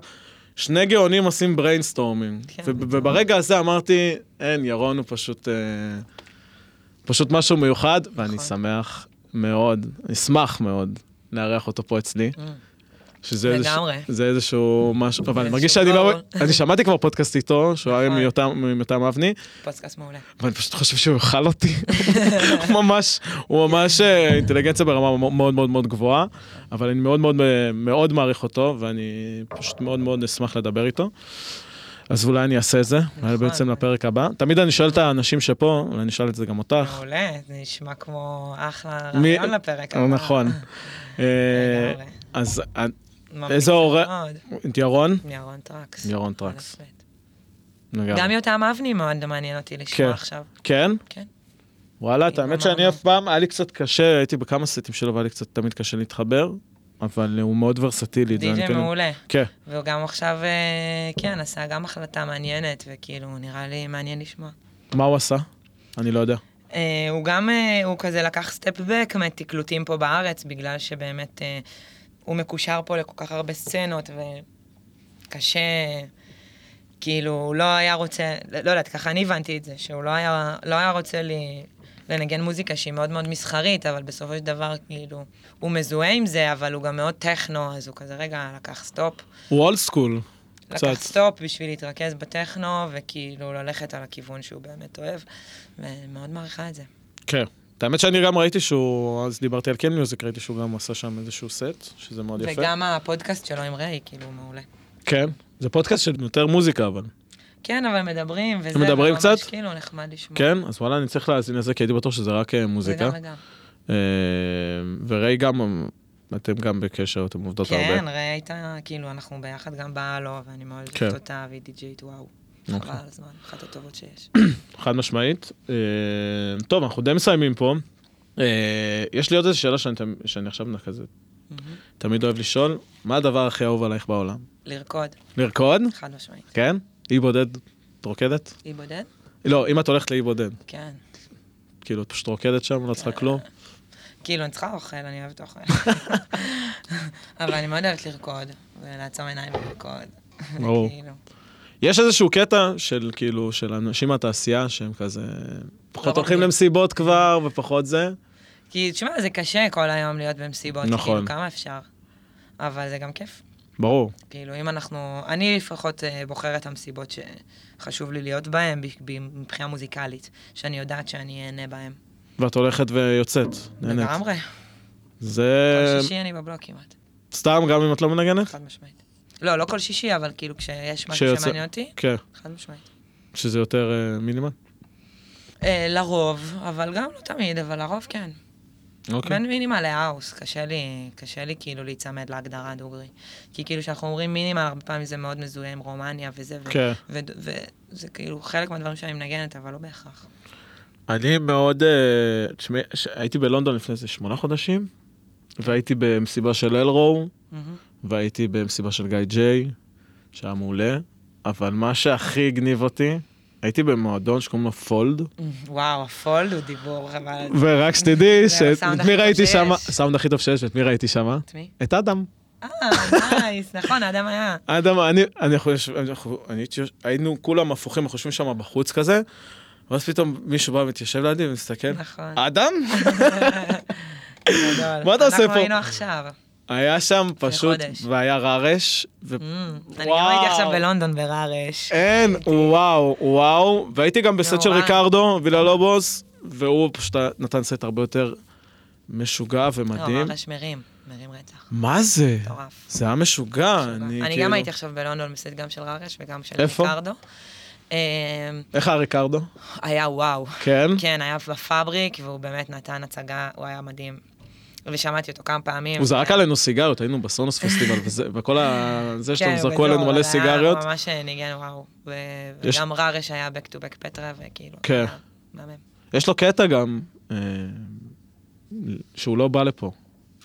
שני גאונים עושים בריינסטורמינג.
כן.
ו- וברגע הזה אמרתי, אין, ירון הוא פשוט... אה, פשוט משהו מיוחד, ואני
נכון.
שמח מאוד, אשמח מאוד לארח אותו פה אצלי. שזה
Mm. לגמרי.
איזשהו- זה איזשהו משהו, אבל אני
איזשהו
מרגיש שאני לא...
גול.
(laughs) אני שמעתי כבר פודקאסט איתו, שהוא היה
נכון.
עם יותם- עם יותם אבני,
פודקאסט מעולה.
ואני פשוט חושב שהוא יאכל אותי.
(laughs)
הוא ממש, הוא ממש אה, אינטליגנציה ברמה מאוד מאוד מאוד מאוד גבוהה, אבל אני מאוד מאוד אה, מאוד מעריך אותו, ואני פשוט מאוד מאוד אשמח לדבר איתו. אז אולי אני אעשה את זה, אולי
נכון.
בעצם לפרק הבא. תמיד אני שואל את האנשים שפה, אולי אני אשאל את זה גם אותך.
מעולה, זה נשמע כמו אחלה
מי-
רעיון לפרק.
אה,
הבא.
נכון. אה,
לגמרי.
אז אה,
ממליץ
(laughs) איזה הורה-
מאוד.
ירון,
ירון טרקס.
ירון טרקס.
אלף בית.
לגמרי.
גם יותם אבני מאוד מעניין אותי
כן.
לשמוע עכשיו.
כן?
כן.
וואלה, את
אם
האמת שאני
אמרנו.
אף פעם, היה לי קצת קשה, הייתי בכמה סטים שלו והיה לי קצת תמיד קשה להתחבר, אבל הוא מאוד ורסטילי. זה אני
די.ג'יי
כן-
מעולה.
כן,
והוא גם עכשיו, אה, כן, עשה גם החלטה מעניינת, וכאילו, נראה לי מעניין לשמוע.
מה הוא עשה? אני לא יודע.
אה, הוא גם, אה, הוא כזה לקח סטפ בק מתקלוטים פה בארץ, בגלל שבאמת אה, הוא מקושר פה לכל כך הרבה סצנות, וקשה, כאילו, הוא לא היה רוצה, לא יודעת, ככה אני הבנתי את זה, שהוא לא היה, לא היה רוצה לי לנגן מוזיקה שהיא מאוד מאוד מסחרית, אבל בסופו של דבר, כאילו, הוא מזוהה עם זה, אבל הוא גם מאוד טכנו, אז הוא כזה, רגע, לקח סטופ.
הוא אולד סקול.
לקח
קצת.
סטופ בשביל להתרכז בטכנו, וכאילו ללכת על הכיוון שהוא באמת אוהב, ומאוד מעריכה את זה.
כן. את האמת שאני גם ראיתי שהוא, אז דיברתי על כן מיוזיק, ראיתי שהוא גם עשה שם איזשהו סט, שזה מאוד יפה.
וגם הפודקאסט שלו עם ראי, כאילו, מעולה.
כן. זה פודקאסט של יותר מוזיקה, אבל.
כן, אבל מדברים, וזה...
מדברים
וממש
קצת?
כאילו, נחמד לשמוע.
כן? אז וואלה, אני צריך להאזין לזה, כי הייתי בטוח שזה רק אה,
זה
מוזיקה.
גם וגם.
אה, וריי גם, אתם גם בקשר, אתם עובדות לא הרבה.
כן, ראי הייתה, כאילו, אנחנו ביחד גם בהלו, ואני מאוד
כן. נכון.
אוהבת אותה, והיא דיג'ית, וואו. חבל על הזמן, אחת הטובות
(coughs)
שיש.
חד משמעית. אה, טוב, אנחנו די מסיימים פה. אה, יש לי עוד איזו שאלה שאני, תמ- שאני עכשיו כזה
מהמם.
תמיד אוהב לשאול, מה הדבר הכי אהוב עלייך בעולם?
לרקוד,
לרקוד?
חד משמעית.
כן? אי בודד, את רוקדת?
היא בודד?
לא, אם את הולכת לאי בודד,
כן.
כאילו את פשוט רוקדת שם, לא צריכה כלום.
כאילו, אני צריכה אוכל, אני
(laughs)
אוהבת אוכל. אבל אני מאוד אוהבת לרקוד, ולעצום עיניים ולרקוד.
ברור.
כאילו,
יש איזשהו קטע של כאילו, של אנשים מהתעשייה שהם כזה, פחות הולכים
לא רוקדים.
למסיבות כבר ופחות זה.
כי, תשמע, זה קשה כל היום להיות במסיבות.
נכון.
כאילו, כמה אפשר? אבל זה גם כיף.
ברור.
כאילו, אם אנחנו... אני לפחות אה, בוחרת את המסיבות שחשוב לי להיות בהן ב- ב- מבחינה מוזיקלית, שאני יודעת שאני אהנה בהן.
ואת הולכת ויוצאת, נהנית.
לגמרי.
זה
כל שישי אני בבלוק כמעט,
סתם, גם אם את לא מנגנת?
חד משמעית. לא, לא כל שישי, אבל כאילו, כשיש משהו
כשיוצא-
שמעניין אותי,
כן,
חד משמעית.
שזה יותר אה, מינימל.
אה, לרוב, אבל גם לא תמיד, אבל לרוב כן.
אוקיי.
בין מינימל להאוס, קשה לי, קשה לי כאילו להיצמד להגדרה הדוגרי. כי כאילו כשאנחנו אומרים מינימל, הרבה פעמים זה מאוד מזוהה עם רומניה וזה, ו-
כן.
ו- וזה כאילו חלק מהדברים שאני מנגנת, אבל לא בהכרח.
אני מאוד... אה, תשמעי, ש- הייתי בלונדון לפני איזה שמונה חודשים, והייתי במסיבה של אלרו,
מהמם.
והייתי במסיבה של גיא ג'יי, שהיה מעולה, אבל מה שהכי הגניב אותי, הייתי במועדון שקוראים לו פולד,
וואו, הפולד הוא דיבור,
(laughs)
אבל...
ורק שתדעי
זה
שאת
הסאונד
מי
הכי טוב
ראיתי
שיש.
שם, הסאונד הכי טוב שיש, ואת מי ראיתי שם?
את מי?
את אדם.
אה, נייס, נכון, אדם היה.
אדם, אני, אני חושב, אנחנו, אני, הייתי יוש- היינו כולם הפוכים, אנחנו יושבים שם בחוץ כזה, ואז פתאום מישהו בא ומתיישב לידי ומסתכל,
נכון. (laughs)
אדם?
גדול.
אה, מה אתה עושה פה?
אנחנו היינו עכשיו.
היה שם פשוט,
חודש.
והיה רעש, ו...
Mm, אני גם הייתי עכשיו
וואו. אה,
בלונדון ברעש.
אין, וואו, וואו, והייתי גם בסט של
נורא.
ריקרדו, וילה לובוס, והוא פשוט נתן סט הרבה יותר משוגע
לא,
ומדהים.
ממש מרים, מרים רצח.
מה זה?
מטורף.
זה היה משוגע, אני
אני,
כאילו...
גם הייתי עכשיו בלונדון בסט גם של ררש וגם של
איפה?
ריקרדו. אה,
איך היה ריקרדו?
היה וואו.
כן?
כן, היה בפאבריק, והוא באמת נתן הצגה, הוא היה מדהים. ושמעתי אותו כמה פעמים.
הוא זרק עלינו סיגריות, היינו בסונוס פסטיבל, וזה- וכל ה... זה
כן,
שאתם
הוא
זרקו עלינו
בזול,
מלא
אבל
סיגריות.
היה ממש אה, ניגן וואו. ו-
יש-
וגם ררש היה back to back פטרה, וכאילו...
כן.
היה מהמם.
יש לו קטע גם, אה, שהוא לא בא לפה,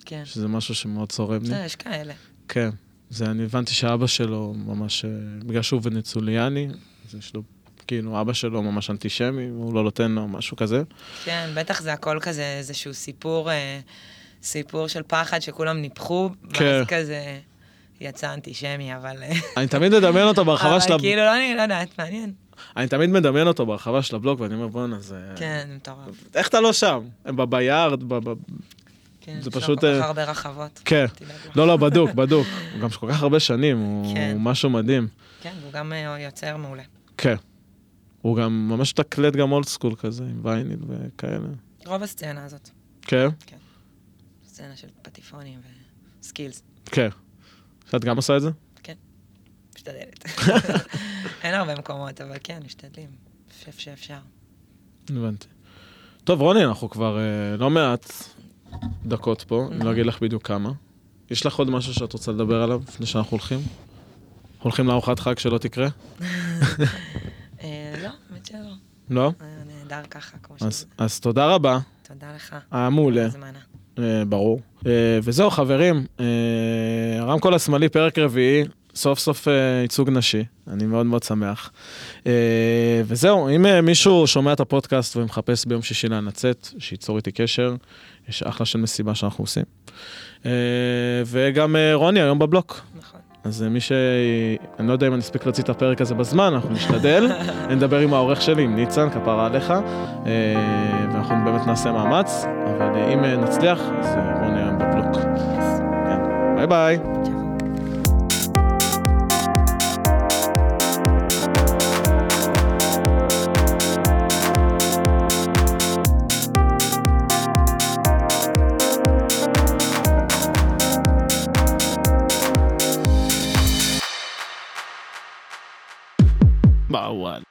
כן.
שזה משהו שמאוד צורם לי.
בסדר, יש כאלה.
כן. זה, אני הבנתי שאבא שלו ממש, אה, בגלל שהוא ונצוליאני, אז יש לו, כאילו, אבא שלו ממש אנטישמי, הוא לא נותן לו משהו כזה.
כן, בטח זה הכל כזה איזשהו סיפור, אה, סיפור של פחד שכולם ניפחו,
כן.
ואז כזה יצא אנטישמי, אבל... אה,
אני תמיד מדמיין אותו בהרחבה של
אבל
הבלוג,
כאילו, לא, אני לא יודעת, מעניין.
אני תמיד מדמיין אותו בהרחבה של הבלוג, ואני אומר, בואנה, זה...
כן, זה מטורף.
איך אתה לא שם? ב- ביער, ב- ב-
כן,
זה
יש לו
פשוט,
כל כך
אה,
הרבה רחבות.
כן.
תדאגו.
לא, לא, בדוק, בדוק. הוא גם כל כך הרבה שנים, הוא
כן.
הוא משהו מדהים.
כן, והוא גם אה, יוצר מעולה.
כן. הוא גם ממש תקלט גם אולד סקול כזה, עם וייניל וכאלה.
רוב הסצנה הזאת,
כן?
סצנה של פטיפונים וסקילס,
כן. את גם עושה את זה? (laughs)
משתדלת. אין הרבה מקומות, אבל כן, משתדלים. איפה שאפשר.
הבנתי. טוב, רוני, אנחנו כבר אה, לא מעט דקות פה, אני לא אגיד לך בדיוק כמה. יש לך עוד משהו שאת רוצה לדבר עליו לפני שאנחנו הולכים? הולכים לארוחת חג שלא תקרה?
אה, לא, האמת שלא.
לא?
אה, נהדר ככה, כמו
אז,
שזה.
אז תודה רבה,
תודה לך.
היה מעולה,
הזמנה.
אה, ברור. אה, וזהו, חברים, אה, הרמקול השמאלי, פרק רביעי, סוף סוף אה, ייצוג נשי, אני מאוד מאוד שמח. אה, וזהו, אם אה, מישהו שומע את הפודקאסט ומחפש ביום שישי לאן לצאת, שייצור איתי קשר, יש אחלה של מסיבה שאנחנו עושים. אה, וגם אה, רוני היום בבלוק,
נכון.
אז אה, מי ש... אני לא יודע אם אני אספיק להוציא את הפרק הזה בזמן, אנחנו נשתדל. אני אדבר עם העורך שלי, עם ניצן, כפרה עליך, אה, ואנחנו באמת נעשה מאמץ, אבל אה, אם אה, נצליח, אז אה, רוני היום בבלוק. כן. ביי ביי.
צ'או.
וואו וואלה.